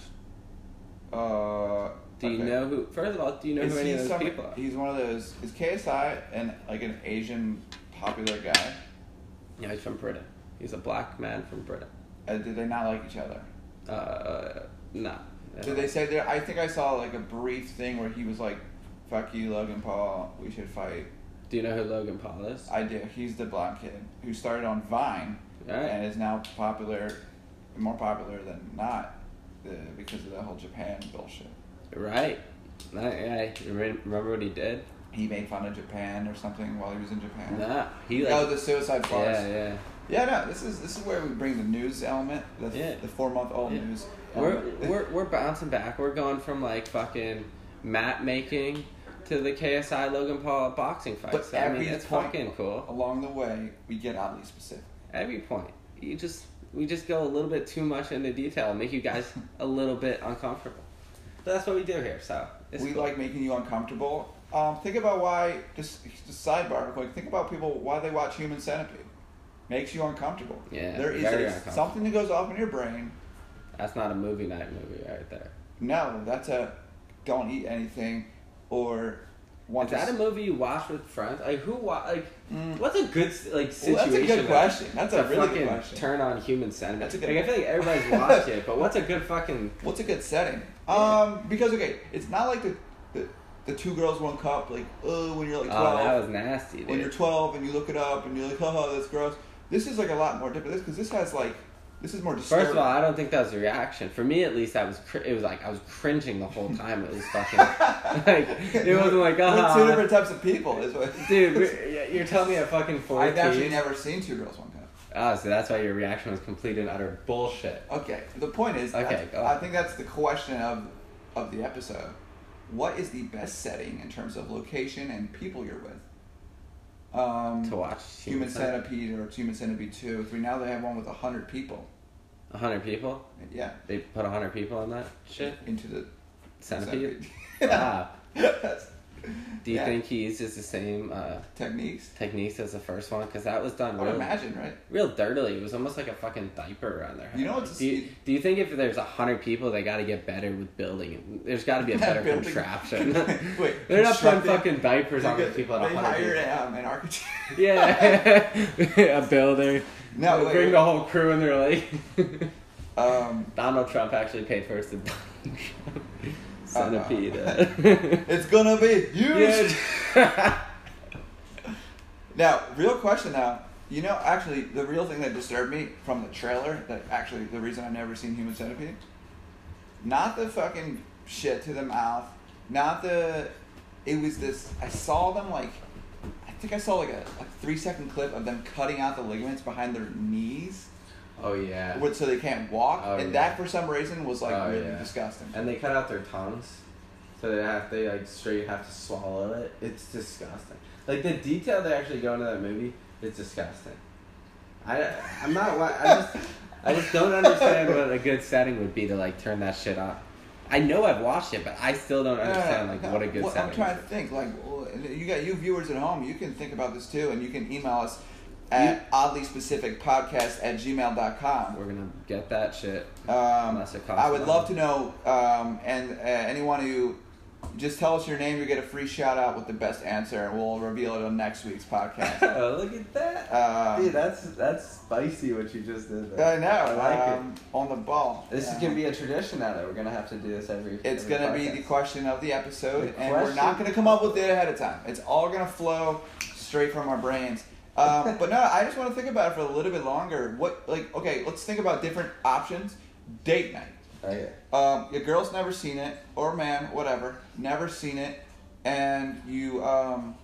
Speaker 1: Uh
Speaker 2: Do you
Speaker 1: okay.
Speaker 2: know who? First of all, do you know
Speaker 1: Is
Speaker 2: who any
Speaker 1: he
Speaker 2: of those
Speaker 1: some-
Speaker 2: people are?
Speaker 1: He's one of those is KSI and like an Asian popular guy?
Speaker 2: Yeah, he's from Britain. He's a black man from Britain.
Speaker 1: Uh, did they not like each other?
Speaker 2: Uh, no. Uh,
Speaker 1: Did they say there I think I saw like a brief thing where he was like, Fuck you, Logan Paul, we should fight.
Speaker 2: Do you know who Logan Paul is?
Speaker 1: I do. He's the black kid who started on Vine
Speaker 2: Alright.
Speaker 1: and is now popular, more popular than not, uh, because of the whole Japan bullshit.
Speaker 2: right. That guy. you re- Remember what he did?
Speaker 1: He made fun of Japan or something while he was in Japan.
Speaker 2: Nah. He like.
Speaker 1: oh, Uh-huh. the suicide forest.
Speaker 2: yeah, yeah.
Speaker 1: Yeah, no. This is this is where we bring the news element, the,
Speaker 2: Yeah.
Speaker 1: the four month old
Speaker 2: Yeah.
Speaker 1: news.
Speaker 2: We're,
Speaker 1: element.
Speaker 2: we're we're bouncing back. We're going from like fucking map making to the KSI Logan Paul boxing fight.
Speaker 1: But
Speaker 2: so, I mean,
Speaker 1: every
Speaker 2: it's
Speaker 1: point-
Speaker 2: fucking cool.
Speaker 1: along the way we get oddly specific.
Speaker 2: Every point, you just we just go a little bit too much into detail, and make you guys a little bit uncomfortable. But that's what we do here. So it's
Speaker 1: we
Speaker 2: cool.
Speaker 1: like making you uncomfortable. Um, think about why. Just, just sidebar real quick. Think about people why they watch Human Centipede. Makes you uncomfortable.
Speaker 2: Yeah,
Speaker 1: there is
Speaker 2: very
Speaker 1: a-
Speaker 2: uncomfortable.
Speaker 1: something that goes off in your brain.
Speaker 2: That's not a movie night movie right there.
Speaker 1: No, that's a don't eat anything, or want
Speaker 2: Is
Speaker 1: to
Speaker 2: that a
Speaker 1: s-
Speaker 2: movie you watch with friends? Like who? Wa- like what's a good like
Speaker 1: Well, Mm.
Speaker 2: situation?
Speaker 1: that's a good
Speaker 2: that-
Speaker 1: question. That's a
Speaker 2: to
Speaker 1: really good
Speaker 2: fucking
Speaker 1: question.
Speaker 2: Turn on human sentiment.
Speaker 1: That's a good-
Speaker 2: like, I feel like everybody's watched it, but what's a good fucking?
Speaker 1: What's a good setting? Um, because okay, it's not like the the, the two girls one cup like oh when you're like
Speaker 2: Oh,
Speaker 1: twelve.
Speaker 2: that was nasty. Dude.
Speaker 1: when you're 12 and you look it up and you're like, oh, that's gross. This is like a lot more different. This because this has like, this is more disturbing.
Speaker 2: First of all, I don't think that was a reaction. For me, at least, I was. Cr- it was like I was cringing the whole time. It was fucking. like it wasn't like
Speaker 1: We're two
Speaker 2: ah,
Speaker 1: different types of people. Is what.
Speaker 2: dude. we're- You're telling me at fucking
Speaker 1: I've actually
Speaker 2: fourteen.
Speaker 1: never seen two girls one cup.
Speaker 2: Oh, so that's why your reaction was complete and utter bullshit.
Speaker 1: Okay. The point is,
Speaker 2: Okay,
Speaker 1: I,
Speaker 2: go
Speaker 1: I
Speaker 2: on.
Speaker 1: think that's the question of of the episode. What is the best setting in terms of location and people you're with? Um,
Speaker 2: To watch
Speaker 1: Human Centipede or Human Centipede Two, Three. Now they have one with hundred people.
Speaker 2: hundred people.
Speaker 1: Yeah,
Speaker 2: They put hundred people in that shit.
Speaker 1: into the
Speaker 2: Centipede. Ah.
Speaker 1: centipede.
Speaker 2: Wow.
Speaker 1: That's
Speaker 2: Do you
Speaker 1: Yeah.
Speaker 2: think he uses the same uh,
Speaker 1: techniques.
Speaker 2: techniques as the first one? Because that was
Speaker 1: I
Speaker 2: done
Speaker 1: would
Speaker 2: real,
Speaker 1: imagine, right?
Speaker 2: real dirtily. It was almost like a fucking diaper around their head.
Speaker 1: You know what's-
Speaker 2: do you, do you think if there's a hundred people, they got to get better with building? There's got to be a better
Speaker 1: Building-
Speaker 2: contraption.
Speaker 1: Wait,
Speaker 2: They're not putting
Speaker 1: constructing-
Speaker 2: fucking diapers on
Speaker 1: They
Speaker 2: the people at
Speaker 1: they hire
Speaker 2: hundred.
Speaker 1: um, an architect.
Speaker 2: Yeah, a builder.
Speaker 1: No,
Speaker 2: They
Speaker 1: wait,
Speaker 2: bring
Speaker 1: wait.
Speaker 2: the whole crew and they're like,
Speaker 1: Um,
Speaker 2: Donald Trump actually paid for us to centipede.
Speaker 1: Uh-huh. it's gonna be huge.
Speaker 2: Yeah.
Speaker 1: Now, real question now. You know, actually, the real thing that disturbed me from the trailer, that actually the reason I've never seen Human Centipede, not the fucking shit to the mouth, not the. It was this. I saw them like. I think I saw like a, a three second clip of them cutting out the ligaments behind their knees,
Speaker 2: Oh yeah.
Speaker 1: what- so they can't walk,
Speaker 2: Oh,
Speaker 1: and
Speaker 2: yeah.
Speaker 1: that for some reason was like
Speaker 2: Oh,
Speaker 1: really
Speaker 2: yeah.
Speaker 1: disgusting.
Speaker 2: And they cut out their tongues, so they have they like straight have to swallow it. It's disgusting. Like the detail they actually go into that movie, it's disgusting. I I'm not wa- I just I just don't understand what a good setting would be to like turn that shit off. I know I've watched it, but I still don't understand like what a good
Speaker 1: Well, I'm
Speaker 2: setting.
Speaker 1: trying
Speaker 2: is.
Speaker 1: to think. Like well, you got you viewers at home, you can think about this too, and you can email us at oddly specific podcast at gmail.com.
Speaker 2: We're gonna get that shit.
Speaker 1: Um,
Speaker 2: Unless it costs
Speaker 1: I would
Speaker 2: money.
Speaker 1: love to know, um, and uh, anyone who just tell us your name, you get a free shout out with the best answer, and we'll reveal it on next week's podcast.
Speaker 2: Oh, look at that.
Speaker 1: Um,
Speaker 2: Dude, that's that's spicy what you just did. there.
Speaker 1: I know,
Speaker 2: I like
Speaker 1: um, on the ball.
Speaker 2: it. This
Speaker 1: Yeah.
Speaker 2: is gonna be a tradition now that we're gonna have to do this every.
Speaker 1: It's
Speaker 2: every
Speaker 1: gonna be
Speaker 2: podcast.
Speaker 1: the question of the episode,
Speaker 2: The
Speaker 1: and we're
Speaker 2: question-
Speaker 1: not gonna come up with it ahead of time. It's all gonna flow straight from our brains. Um, but no, I just want to think about it for a little bit longer. What, like, okay, let's think about different options. Date night.
Speaker 2: Okay.
Speaker 1: Um, your girl's never seen it, or man, whatever, never seen it, and you, um,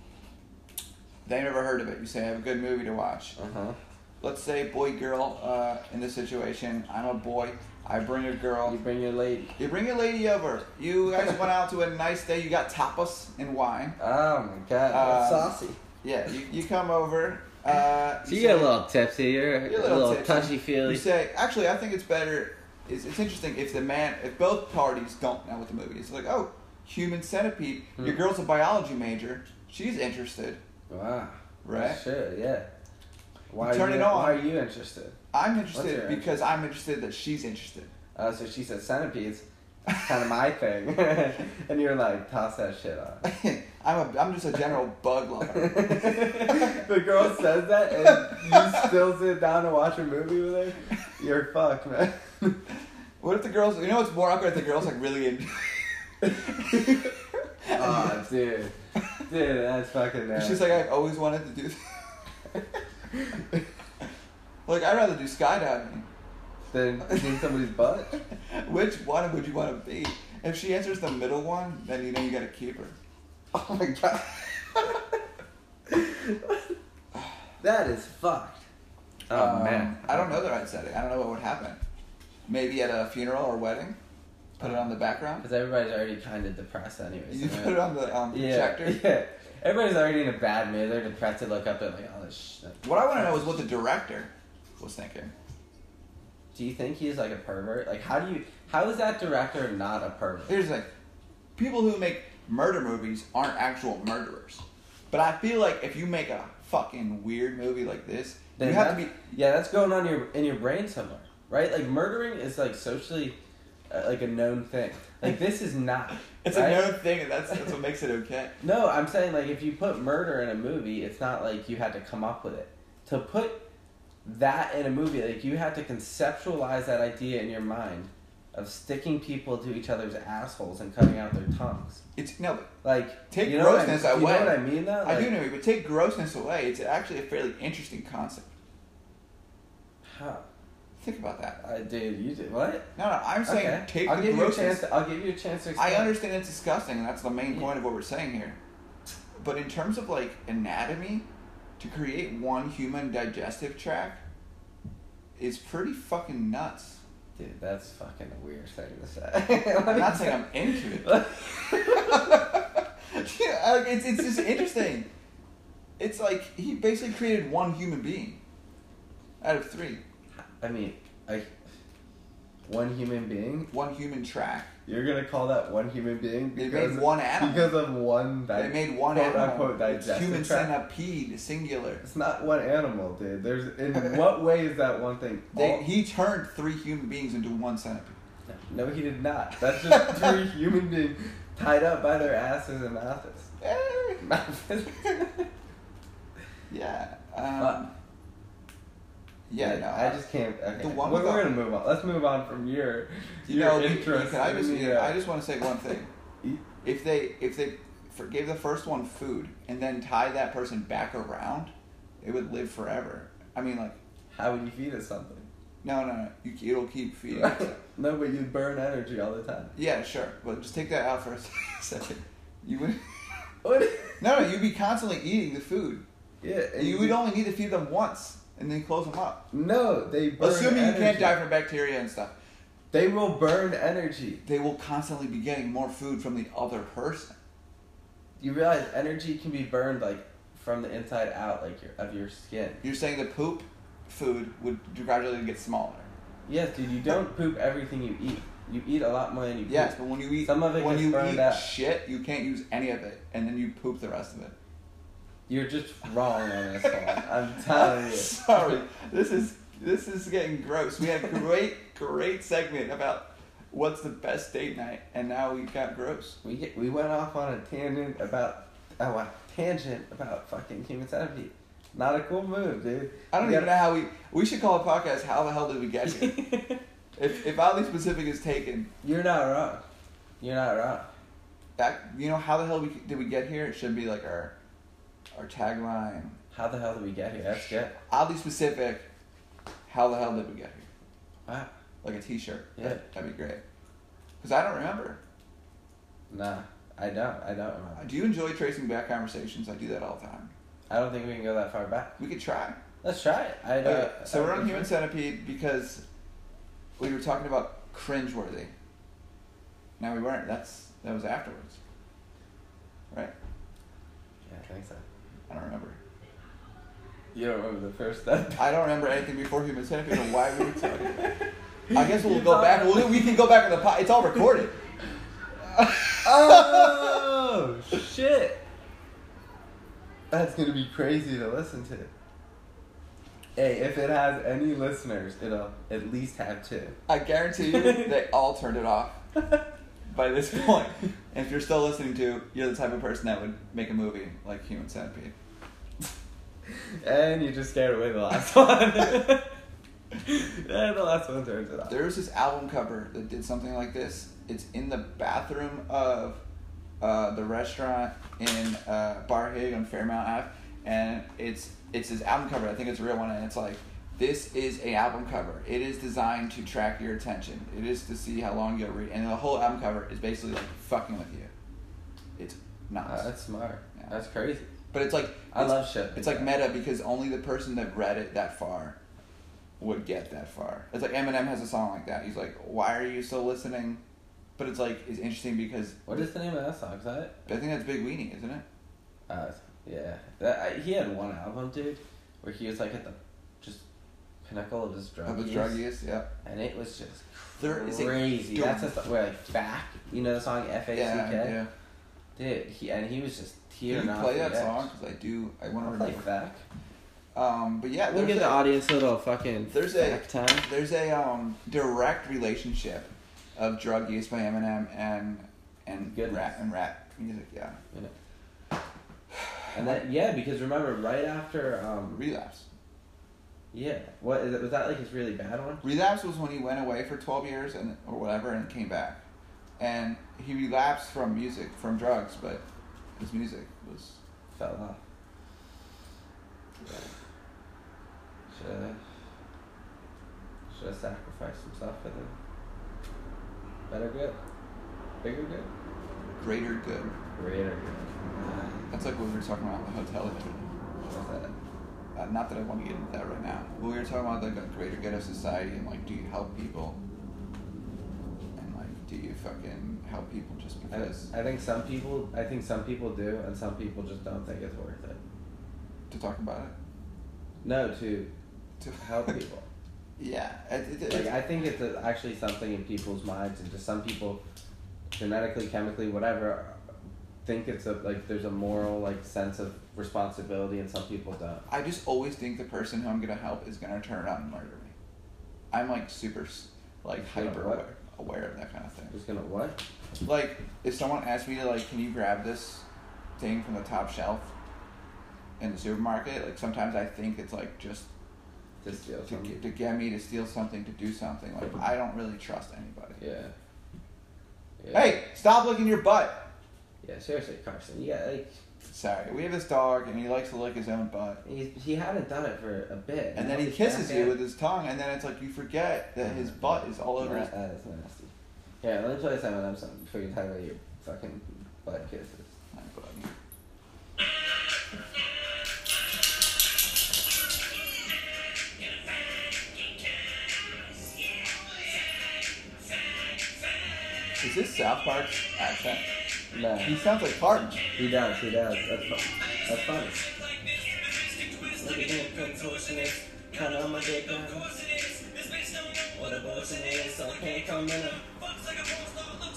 Speaker 1: they never heard of it. You say I have a good movie to watch.
Speaker 2: Uh huh.
Speaker 1: Let's say boy girl uh, in this situation. I'm a boy. I bring a girl.
Speaker 2: You bring your lady.
Speaker 1: You bring your lady over. You guys went out to a nice day. You got tapas and wine.
Speaker 2: Oh my
Speaker 1: Um,
Speaker 2: god, that's saucy.
Speaker 1: Yeah, you, you come over. Uh,
Speaker 2: So you
Speaker 1: say-
Speaker 2: get a little tipsy, you're,
Speaker 1: You're
Speaker 2: a little,
Speaker 1: tipsy.
Speaker 2: touchy feely.
Speaker 1: You say, actually, I think it's better. It's, it's interesting if the man, if both parties don't know what the movie is. Like, oh, human centipede. Your girl's a biology major. She's interested.
Speaker 2: Wow.
Speaker 1: Right.
Speaker 2: Sure, yeah. Why
Speaker 1: Turn
Speaker 2: are you,
Speaker 1: it on.
Speaker 2: Why are you interested?
Speaker 1: I'm
Speaker 2: What's
Speaker 1: interested
Speaker 2: her
Speaker 1: because I'm interested that she's interested.
Speaker 2: Uh, so she said centipedes. It's kind of my thing. and you're like, toss that shit off.
Speaker 1: I'm a, I'm just a general bug lover.
Speaker 2: the girl says that and you still sit down to watch a movie with her? You're fucked, man.
Speaker 1: What if the girls? You know what's more awkward? If the girls like really in.
Speaker 2: oh, dude. Dude, that's fucking nasty.
Speaker 1: She's like, I always wanted to do. This. like, I'd rather do skydiving.
Speaker 2: then in somebody's butt?
Speaker 1: Which one would you want to be? If she answers the middle one, then you know you gotta keep her.
Speaker 2: Oh my god. that is fucked. Oh
Speaker 1: Um,
Speaker 2: man.
Speaker 1: I don't know the right setting. I don't know what would happen. Maybe at a funeral or wedding. Put it on the background.
Speaker 2: Because everybody's already kind of depressed, anyways.
Speaker 1: You put it on the um,
Speaker 2: yeah.
Speaker 1: projector.
Speaker 2: Yeah. Everybody's already in a bad mood. They're depressed. They look up. They're like, oh, this shit.
Speaker 1: What I want to know is what the director was thinking.
Speaker 2: Do you think he's like a pervert? Like, how do you? How is that director not a pervert?
Speaker 1: Here's the thing. People who make murder movies aren't actual murderers. But I feel like if you make a fucking weird movie like this,
Speaker 2: Then
Speaker 1: you have to
Speaker 2: that-
Speaker 1: be
Speaker 2: Yeah, that's going on in your in your brain somewhere, right? Like murdering is like socially, uh, like a known thing. Like this is not.
Speaker 1: It's
Speaker 2: right?
Speaker 1: a known thing, and that's that's what makes it okay.
Speaker 2: No, I'm saying like if you put murder in a movie, it's not like you had to come up with it. To put that in a movie, like you had to conceptualize that idea in your mind of sticking people to each other's assholes and cutting out their tongues.
Speaker 1: It's no, but
Speaker 2: Like
Speaker 1: Take
Speaker 2: you know what I-
Speaker 1: grossness
Speaker 2: You
Speaker 1: away.
Speaker 2: know what I mean though?
Speaker 1: I do
Speaker 2: Like,
Speaker 1: know, but take grossness away. It's actually a fairly interesting concept.
Speaker 2: How?
Speaker 1: Think about that.
Speaker 2: I, dude, you did what?
Speaker 1: No, no, I'm saying
Speaker 2: okay.
Speaker 1: take
Speaker 2: I'll
Speaker 1: the
Speaker 2: give you a chance.
Speaker 1: grossness.
Speaker 2: To, I'll give you a chance to.
Speaker 1: I
Speaker 2: Explain.
Speaker 1: understand it's disgusting, and that's the main
Speaker 2: Yeah.
Speaker 1: point of what we're saying here. But in terms of like anatomy, to create one human digestive tract is pretty fucking nuts.
Speaker 2: Dude, that's fucking a weird thing to say.
Speaker 1: I'm not saying I'm into it. yeah, like, it's it's just interesting. It's like he basically created one human being out of three,
Speaker 2: I mean, like one human being
Speaker 1: one human track.
Speaker 2: You're gonna call that one human being
Speaker 1: They
Speaker 2: because
Speaker 1: made one animal.
Speaker 2: because of one. Di-
Speaker 1: They made one
Speaker 2: quote
Speaker 1: animal.
Speaker 2: Unquote
Speaker 1: It's
Speaker 2: digestive
Speaker 1: human
Speaker 2: tract.
Speaker 1: centipede, singular.
Speaker 2: It's not one animal, dude. There's in what way is that one thing?
Speaker 1: They,
Speaker 2: All-
Speaker 1: he turned three human beings into one centipede.
Speaker 2: no, he did not. That's just three human beings tied up by their asses and mouths.
Speaker 1: Eh,
Speaker 2: Mouths.
Speaker 1: yeah.
Speaker 2: Fuck.
Speaker 1: Um, yeah, no.
Speaker 2: I just can't. Okay.
Speaker 1: The one
Speaker 2: we're,
Speaker 1: with
Speaker 2: we're
Speaker 1: the-
Speaker 2: gonna move on. Let's move on from your
Speaker 1: You
Speaker 2: your
Speaker 1: know, we-
Speaker 2: interest.
Speaker 1: can I
Speaker 2: in
Speaker 1: just
Speaker 2: the, uh,
Speaker 1: I just want to say one thing.
Speaker 2: eat-
Speaker 1: If they if they for, gave the first one food and then tie that person back around, they would live forever. I mean, like
Speaker 2: how would you feed us something?
Speaker 1: no, no, no. You, it'll keep feeding. itself.
Speaker 2: no, but you burn energy all the time.
Speaker 1: yeah, sure, but just take that out for a second. You would
Speaker 2: What?
Speaker 1: no, no. You'd be constantly eating the food.
Speaker 2: Yeah, and
Speaker 1: You would only need to feed them once and then close them up.
Speaker 2: No, they burn.
Speaker 1: Assuming you
Speaker 2: energy.
Speaker 1: can't die from bacteria and stuff,
Speaker 2: They will burn energy.
Speaker 1: they will constantly be getting more food from the other person.
Speaker 2: You realize energy can be burned like from the inside out, like your, of your skin.
Speaker 1: You're saying the poop food would gradually get smaller.
Speaker 2: Yes, dude. You don't poop everything you eat. You eat a lot more than you.
Speaker 1: Yes,
Speaker 2: Poop.
Speaker 1: but when you eat
Speaker 2: Some of it
Speaker 1: when
Speaker 2: gets
Speaker 1: you
Speaker 2: burned
Speaker 1: eat
Speaker 2: up.
Speaker 1: shit, you can't use any of it, and then you poop the rest of it.
Speaker 2: You're just wrong on this one. I'm telling you.
Speaker 1: Sorry, this is this is getting gross. We had a great great segment about what's the best date night, and now we got gross.
Speaker 2: We get, we went off on a tangent about oh, a tangent about fucking human centipede. Not a cool move, dude.
Speaker 1: I don't
Speaker 2: You
Speaker 1: even know how we we should call a podcast. How the hell did we get here? if if Ali specific is taken,
Speaker 2: You're not wrong. You're not wrong.
Speaker 1: that you know how the hell we did we get here? It should be like our our tagline.
Speaker 2: How the hell did we get here? That's good.
Speaker 1: Oddly specific. How the hell did we get here?
Speaker 2: Wow.
Speaker 1: Like a T-shirt.
Speaker 2: Yeah.
Speaker 1: That, would be great. Because I don't remember.
Speaker 2: Nah, I don't. I don't remember.
Speaker 1: Do you enjoy tracing back conversations? I do that all the time.
Speaker 2: I don't think we can go that far back.
Speaker 1: We could try.
Speaker 2: Let's try it. I don't.
Speaker 1: Okay, so we're on Human
Speaker 2: humans.
Speaker 1: Centipede because we were talking about cringeworthy. No, we weren't. That's that was afterwards, right?
Speaker 2: Yeah, I think so.
Speaker 1: I don't remember.
Speaker 2: You don't remember the first step.
Speaker 1: I don't remember anything before Human Centipede and why we were talking. about it. I guess we'll go back. We'll, we can go back in the pot. It's all recorded.
Speaker 2: Oh shit! That's gonna be crazy to listen to. Hey, if it has any listeners, it'll at least have two.
Speaker 1: I guarantee you, they all turned it off by this point. And if you're still listening to, you're the type of person that would make a movie like Human Centipede.
Speaker 2: And you just scared away the last one. and the last one turns it off.
Speaker 1: There was this album cover that did something like this. It's in the bathroom of uh, the restaurant in uh, Bar Hig on Fairmount Ave, and it's it's this album cover. I think it's a real one, and it's like this is a album cover. It is designed to track your attention. It is to see how long you'll read, and the whole album cover is basically like fucking with you. It's
Speaker 2: Wow,
Speaker 1: nuts.
Speaker 2: that's smart.
Speaker 1: Yeah.
Speaker 2: That's crazy.
Speaker 1: But it's like
Speaker 2: I
Speaker 1: it's-
Speaker 2: love shit.
Speaker 1: It's like meta because only the person that read it that far would get that far. It's like Eminem has a song like that. He's like, "Why are you still listening?" But it's like it's interesting because
Speaker 2: What is the name of that song? Is that it?
Speaker 1: I think that's Big Weenie, isn't it?
Speaker 2: Uh, yeah. That, I, he had one album, dude, where he was like at the just pinnacle of his drug
Speaker 1: Of the
Speaker 2: use,
Speaker 1: drug use, yeah.
Speaker 2: and it was just
Speaker 1: There is a
Speaker 2: crazy.
Speaker 1: dom-
Speaker 2: That's just where like back, you know the song F A C
Speaker 1: Yeah,
Speaker 2: K,
Speaker 1: yeah.
Speaker 2: dude. He and he was just
Speaker 1: Can
Speaker 2: tearing
Speaker 1: you
Speaker 2: off.
Speaker 1: play
Speaker 2: the
Speaker 1: that
Speaker 2: edge.
Speaker 1: song? Because I do. I want to
Speaker 2: I'll play
Speaker 1: remember.
Speaker 2: back.
Speaker 1: Um, but yeah,
Speaker 5: We'll
Speaker 1: there's
Speaker 5: give the
Speaker 1: a-
Speaker 5: audience a little fucking
Speaker 1: There's a-
Speaker 5: back time.
Speaker 1: There's a um, direct relationship of drug use by Eminem and and
Speaker 2: Goodness.
Speaker 1: rap and rap music. Yeah,
Speaker 2: And that yeah, because remember right after um
Speaker 1: relapse.
Speaker 2: yeah, what is it, was that like his really bad one?
Speaker 1: Relapse was when he went away for 12 years and or whatever and came back. And he relapsed from music, from drugs, but his music was.
Speaker 2: Fell off. Should have, should have sacrificed himself for the better good, bigger good,
Speaker 1: Greater good.
Speaker 2: greater good.
Speaker 1: That's like what we were talking about in the hotel. the other day.
Speaker 2: What's that?
Speaker 1: Uh, not that I want to get into that right now. But we were talking about like a greater good of society and like, do you help people? And like, do you fucking help people just
Speaker 2: I,
Speaker 1: because?
Speaker 2: I think some people, I think some people do, and some people just don't think it's worth it.
Speaker 1: To talk about it?
Speaker 2: No, to
Speaker 1: To
Speaker 2: help people.
Speaker 1: Yeah. It, it,
Speaker 2: Like
Speaker 1: it,
Speaker 2: I think it's uh, actually something in people's minds, and just some people, genetically, chemically, whatever, think it's a like there's a moral like sense of responsibility, and some people don't.
Speaker 1: I just always think the person who I'm gonna help is gonna turn around and murder me. I'm like super, s- like
Speaker 2: Yeah,
Speaker 1: hyper
Speaker 2: what?
Speaker 1: aware, aware of that kind of thing.
Speaker 2: Just gonna what?
Speaker 1: Like if someone asked me to like, can you grab this thing from the top shelf in the supermarket? Like sometimes I think it's like just
Speaker 2: This deal.
Speaker 1: to
Speaker 2: something.
Speaker 1: get, to get me to steal something to do something. Like I don't really trust anybody.
Speaker 2: Yeah. yeah.
Speaker 1: Hey, stop licking your butt.
Speaker 2: Yeah, seriously, Carson. Yeah, like
Speaker 1: Sorry, we have this dog and he likes to lick his own butt.
Speaker 2: he's, he hadn't done it for a bit,
Speaker 1: And then
Speaker 2: now
Speaker 1: he
Speaker 2: he's
Speaker 1: kisses
Speaker 2: back
Speaker 1: you
Speaker 2: at
Speaker 1: with his tongue, and then it's like you forget that his butt is all over his
Speaker 2: That, that is nasty. Yeah, let me tell you something. I'm something before you talk about your fucking butt kisses.
Speaker 1: My butt. Is this South Park's accent?
Speaker 4: No,
Speaker 1: He sounds like Parton.
Speaker 4: he does, he does. That's fu- that's funny.
Speaker 2: um. um.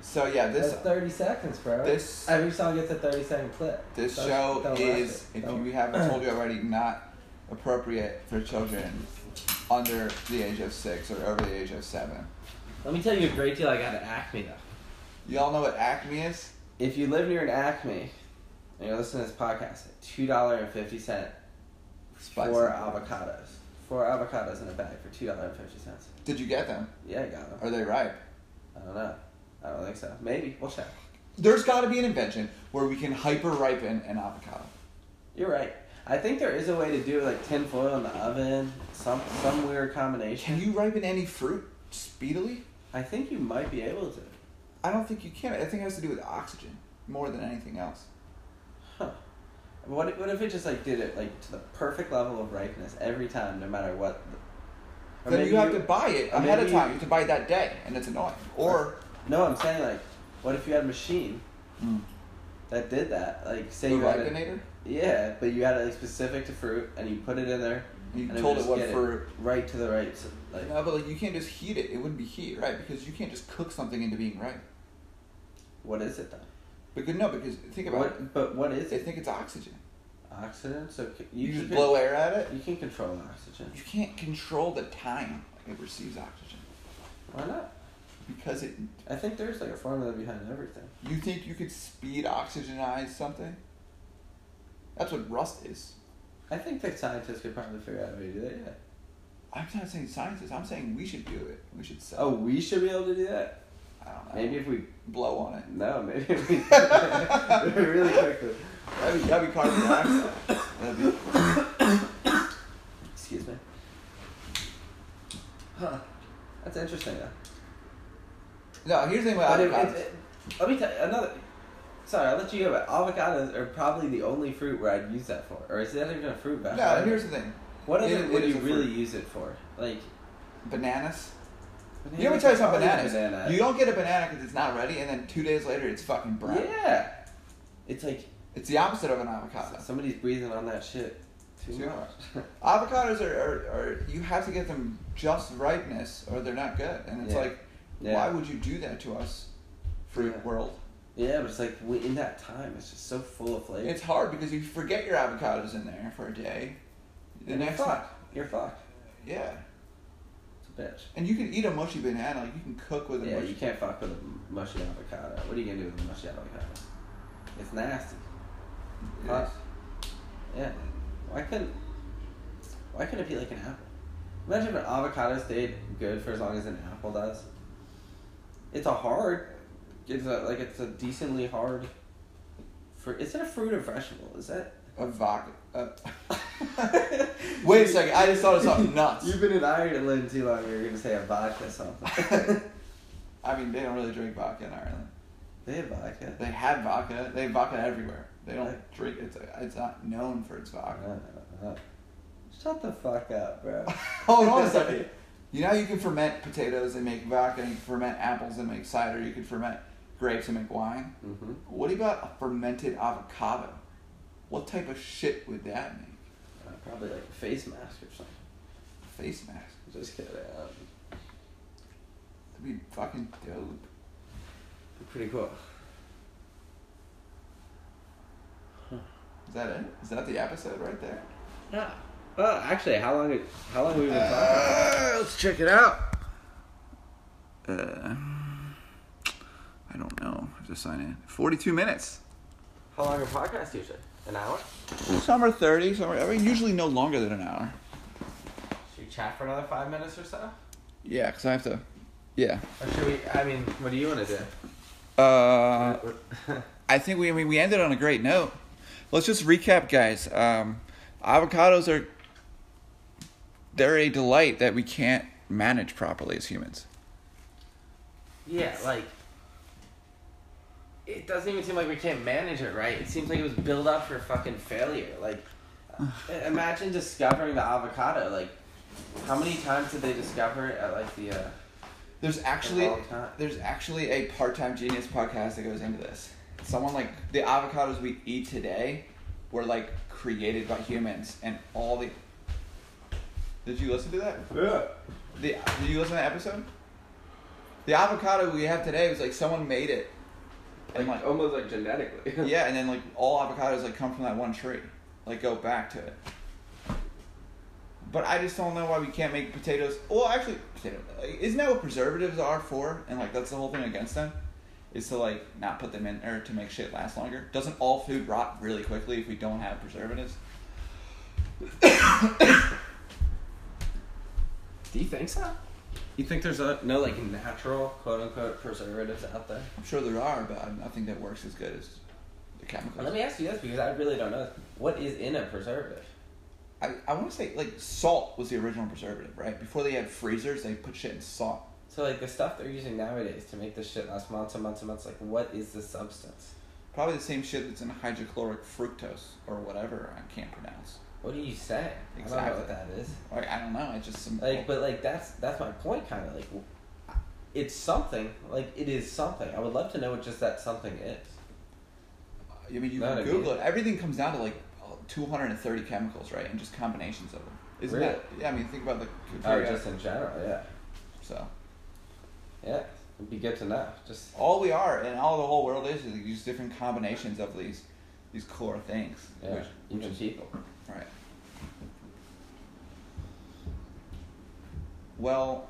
Speaker 1: So yeah,
Speaker 4: That's
Speaker 1: this
Speaker 4: 30 seconds, bro.
Speaker 1: this-
Speaker 4: every song gets a 30 second clip.
Speaker 1: this
Speaker 4: Don't-
Speaker 1: show
Speaker 4: don't rush
Speaker 1: is,
Speaker 4: it.
Speaker 1: if
Speaker 4: Don't-
Speaker 1: you haven't told you already, not appropriate for children under the age of six or over the age of seven.
Speaker 2: Let me tell you a great deal I got at Acme though.
Speaker 1: Y'all know what Acme is?
Speaker 2: if you live near an Acme and you're listening to this podcast, two dollar and fifty cent
Speaker 1: Spice.
Speaker 2: four avocados, four avocados in a bag for two dollar and fifty cents.
Speaker 1: Did you get them?
Speaker 2: Yeah, I got them.
Speaker 1: Are they ripe?
Speaker 2: I don't know. I don't think so. Maybe we'll check.
Speaker 1: There's got to be an invention where we can hyper ripen an avocado.
Speaker 2: You're right. I think there is a way to do like tin foil in the oven, some some weird combination.
Speaker 1: Can you ripen any fruit speedily?
Speaker 2: I think you might be able to.
Speaker 1: I don't think you can. I think it has to do with oxygen more than anything else.
Speaker 2: Huh. What if, what if it just like did it like to the perfect level of ripeness every time, no matter what? the- or
Speaker 1: then
Speaker 2: maybe
Speaker 1: you have to buy it
Speaker 2: or
Speaker 1: ahead of time. You
Speaker 2: maybe you-
Speaker 1: have to buy it that day, and it's annoying. Or
Speaker 2: No, I'm saying like, what if you had a machine
Speaker 1: Mm.
Speaker 2: that did that? Like, say
Speaker 1: the
Speaker 2: you had it,
Speaker 1: ripenator.
Speaker 2: yeah, but you had it like specific to fruit, and you put it in there.
Speaker 1: You
Speaker 2: and would
Speaker 1: told it
Speaker 2: just
Speaker 1: what
Speaker 2: get
Speaker 1: fruit.
Speaker 2: right to the right. s- Like,
Speaker 1: No, but like you can't just heat it. It wouldn't be heat, right? Because you can't just cook something into being ripe.
Speaker 2: what is it then?
Speaker 1: Because no, because think about it.
Speaker 2: What, but what is
Speaker 1: They
Speaker 2: it?
Speaker 1: think it's oxygen.
Speaker 2: Oxygen. So c-
Speaker 1: You,
Speaker 2: you,
Speaker 1: just
Speaker 2: can,
Speaker 1: blow air at it.
Speaker 2: You can control oxygen.
Speaker 1: You can't control the time it receives oxygen
Speaker 2: Why not?
Speaker 1: because it.
Speaker 2: I think there's like a formula behind everything.
Speaker 1: You think you could speed oxygenize something? That's what rust is.
Speaker 2: I think that scientists could probably figure out a way to do that. Yeah.
Speaker 1: I'm not saying scientists. I'm saying we should do it. We should sell.
Speaker 2: Oh, we should be able to do that.
Speaker 1: I don't know.
Speaker 2: Maybe if we
Speaker 1: blow on it.
Speaker 2: no, maybe if we really quickly.
Speaker 1: That'd be, that'd be carbon dioxide. That'd be,
Speaker 2: Excuse me. Huh. That's interesting though.
Speaker 1: no, here's the thing about
Speaker 2: But it, it,
Speaker 1: avocados.
Speaker 2: it, let me tell you another. Sorry, I'll let you go. But avocados are probably the only fruit where I'd use that for. Or is that even a fruit? but I
Speaker 1: no,
Speaker 2: don't know.
Speaker 1: here's the thing.
Speaker 2: what
Speaker 1: it-
Speaker 2: other
Speaker 1: it
Speaker 2: would
Speaker 1: is
Speaker 2: you
Speaker 1: a
Speaker 2: really
Speaker 1: fruit.
Speaker 2: use it for? Like,
Speaker 1: Bananas. You know, me tell you something.
Speaker 2: probably
Speaker 1: Bananas.
Speaker 2: banana.
Speaker 1: You don't get a banana because it's not ready, and then two days later it's fucking brown.
Speaker 2: Yeah. It's like uh,
Speaker 1: It's the opposite of an avocado.
Speaker 2: somebody's breathing on that shit too,
Speaker 1: Too
Speaker 2: much.
Speaker 1: Avocados are, are, are you have to get them just ripeness or they're not good. And it's
Speaker 2: Yeah.
Speaker 1: like,
Speaker 2: Yeah.
Speaker 1: why would you do that to us, fruit
Speaker 2: Yeah.
Speaker 1: world?
Speaker 2: yeah, but it's like we- in that time, it's just so full of flavor.
Speaker 1: It's hard because you forget your avocados in there for a day. The
Speaker 2: And you're
Speaker 1: next time-
Speaker 2: fucked. You're fucked.
Speaker 1: yeah.
Speaker 2: It's a bitch.
Speaker 1: And you can eat a mushy banana. Like you can cook with a
Speaker 2: Yeah,
Speaker 1: mushy.
Speaker 2: you can't fuck with a mushy avocado. What are you gonna do with a mushy avocado? It's nasty.
Speaker 1: It
Speaker 2: Fuck.
Speaker 1: is.
Speaker 2: Yeah. Why couldn't why couldn't it be like an apple? Imagine if an avocado stayed good for as long as an apple does. It's a hard it's a, like it's a decently hard fruit. Is it a fruit or vegetable? Is that
Speaker 1: Avoc- uh, Wait a second. I just thought of something nuts.
Speaker 2: You've been in Ireland too long, you're gonna say a vodka something.
Speaker 1: I mean, they don't really drink vodka in Ireland.
Speaker 2: they have vodka.
Speaker 1: They have vodka. They have vodka everywhere. They don't
Speaker 2: Right.
Speaker 1: drink. It's it's not known for its vodka.
Speaker 2: Uh, Shut the fuck up, bro.
Speaker 1: Hold on a second. You know how you can ferment potatoes and make vodka. You can ferment apples and make cider. You can ferment grapes and make wine.
Speaker 2: Mm-hmm.
Speaker 1: What about a fermented avocado? What type of shit would that make?
Speaker 2: Uh, probably like a face mask or something.
Speaker 1: Face mask.
Speaker 2: Just kidding. Um,
Speaker 1: That'd be fucking dope.
Speaker 2: pretty cool.
Speaker 1: Is that it? Is that the episode right there?
Speaker 2: Yeah. Well, Uh, actually, how long? How long have we been talking?
Speaker 6: let's check it out. Uh, I don't know. I have to sign in. 42 minutes.
Speaker 2: how long a podcast usually? An hour?
Speaker 1: Some are 30, some are, I mean, usually no longer than an hour.
Speaker 2: Should we chat for another five minutes or so?
Speaker 1: Yeah, because I have to. Yeah.
Speaker 2: Or should we? I mean, what do you want to do?
Speaker 1: Uh, I think we I mean, we ended on a great note. Let's just recap, guys. Um, avocados are they're a delight that we can't manage properly as humans.
Speaker 2: yeah, like it doesn't even seem like we can't manage it right. It seems like it was built up for fucking failure. Like, imagine discovering the avocado. Like,
Speaker 4: How many times did they discover it at like the? Uh,
Speaker 1: There's actually
Speaker 4: all time.
Speaker 1: there's actually a part-time genius podcast that goes into this. Someone like the avocados we eat today were like created by humans, and all the. Did you listen to that?
Speaker 4: yeah.
Speaker 1: The did you listen to that episode? The avocado we have today was like someone made it, and like
Speaker 4: almost like genetically.
Speaker 1: yeah, and then like all avocados like come from that one tree, like go back to it. But I just don't know why we can't make potatoes. Well, actually, potato. like, Isn't that what preservatives are for? And like that's the whole thing against them, is to like not put them in or to make shit last longer. Doesn't all food rot really quickly if we don't have preservatives?
Speaker 2: Do you think so? You think there's a, no like natural quote unquote preservatives out there?
Speaker 1: I'm sure there are, but I- nothing that works as good as the chemicals.
Speaker 2: Let me ask you this because I really don't know. What is in a preservative?
Speaker 1: I, I want to say like salt was the original preservative, right? Before they had freezers, they put shit in salt.
Speaker 2: So like the stuff they're using nowadays to make this shit last months and months and months, like what is the substance?
Speaker 1: Probably the same shit that's in hydrochloric fructose or whatever I can't pronounce.
Speaker 2: What are you saying? I don't know
Speaker 1: Exactly.
Speaker 2: what that is.
Speaker 1: Like I don't know. It's just some.
Speaker 2: Like, but like that's that's my point, kind of like, it's something. Like it is something. I would love to know what just that something is.
Speaker 1: I mean, you
Speaker 2: not
Speaker 1: can
Speaker 2: a
Speaker 1: Google
Speaker 2: deal.
Speaker 1: it. Everything comes down to like 230 chemicals, right? And just combinations of them. Isn't
Speaker 2: Really?
Speaker 1: that? Yeah, I mean, think about the.
Speaker 2: Or
Speaker 1: computer.
Speaker 2: just in general, yeah,
Speaker 1: so
Speaker 2: yeah. It'd be good to know. Just
Speaker 1: all we are and all the whole world is is just different combinations of these, these core things.
Speaker 2: yeah,
Speaker 1: Which,
Speaker 2: even people.
Speaker 1: right. Well,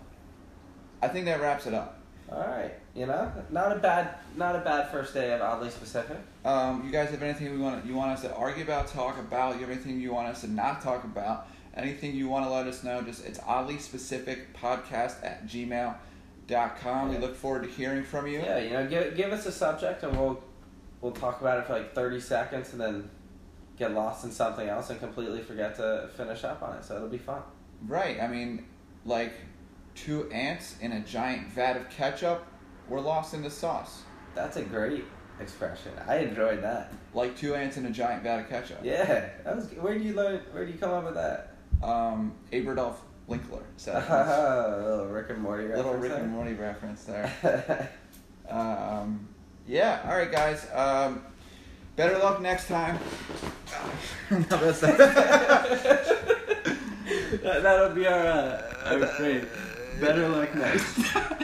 Speaker 1: I think that wraps it up.
Speaker 2: All right, you know, not a bad, not a bad first day of oddly specific.
Speaker 1: Um, you guys have anything we want you want us to argue about, talk about? You have anything you want us to not talk about? Anything you want to let us know? Just it's oddly specific podcast at gmail.com. We
Speaker 2: Yeah.
Speaker 1: look forward to hearing from you.
Speaker 2: Yeah, you know, give give us a subject and we'll we'll talk about it for like thirty seconds and then get lost in something else and completely forget to finish up on it. So it'll be fun.
Speaker 1: Right. I mean, like two ants in a giant vat of ketchup were lost in the sauce.
Speaker 2: That's a great expression. I enjoyed that.
Speaker 1: Like two ants in a giant vat of ketchup.
Speaker 2: Yeah, that was. Where do you learn? Where do you come up with that?
Speaker 1: Um, Aberdolf Linkler. So that's
Speaker 2: little Rick and Morty.
Speaker 1: a little
Speaker 2: reference
Speaker 1: Rick and
Speaker 2: there.
Speaker 1: Morty reference there. Um, yeah. All right, guys. Um, better luck next time. No, that's not-
Speaker 2: that, that'll be our, uh, our phrase. Better luck next.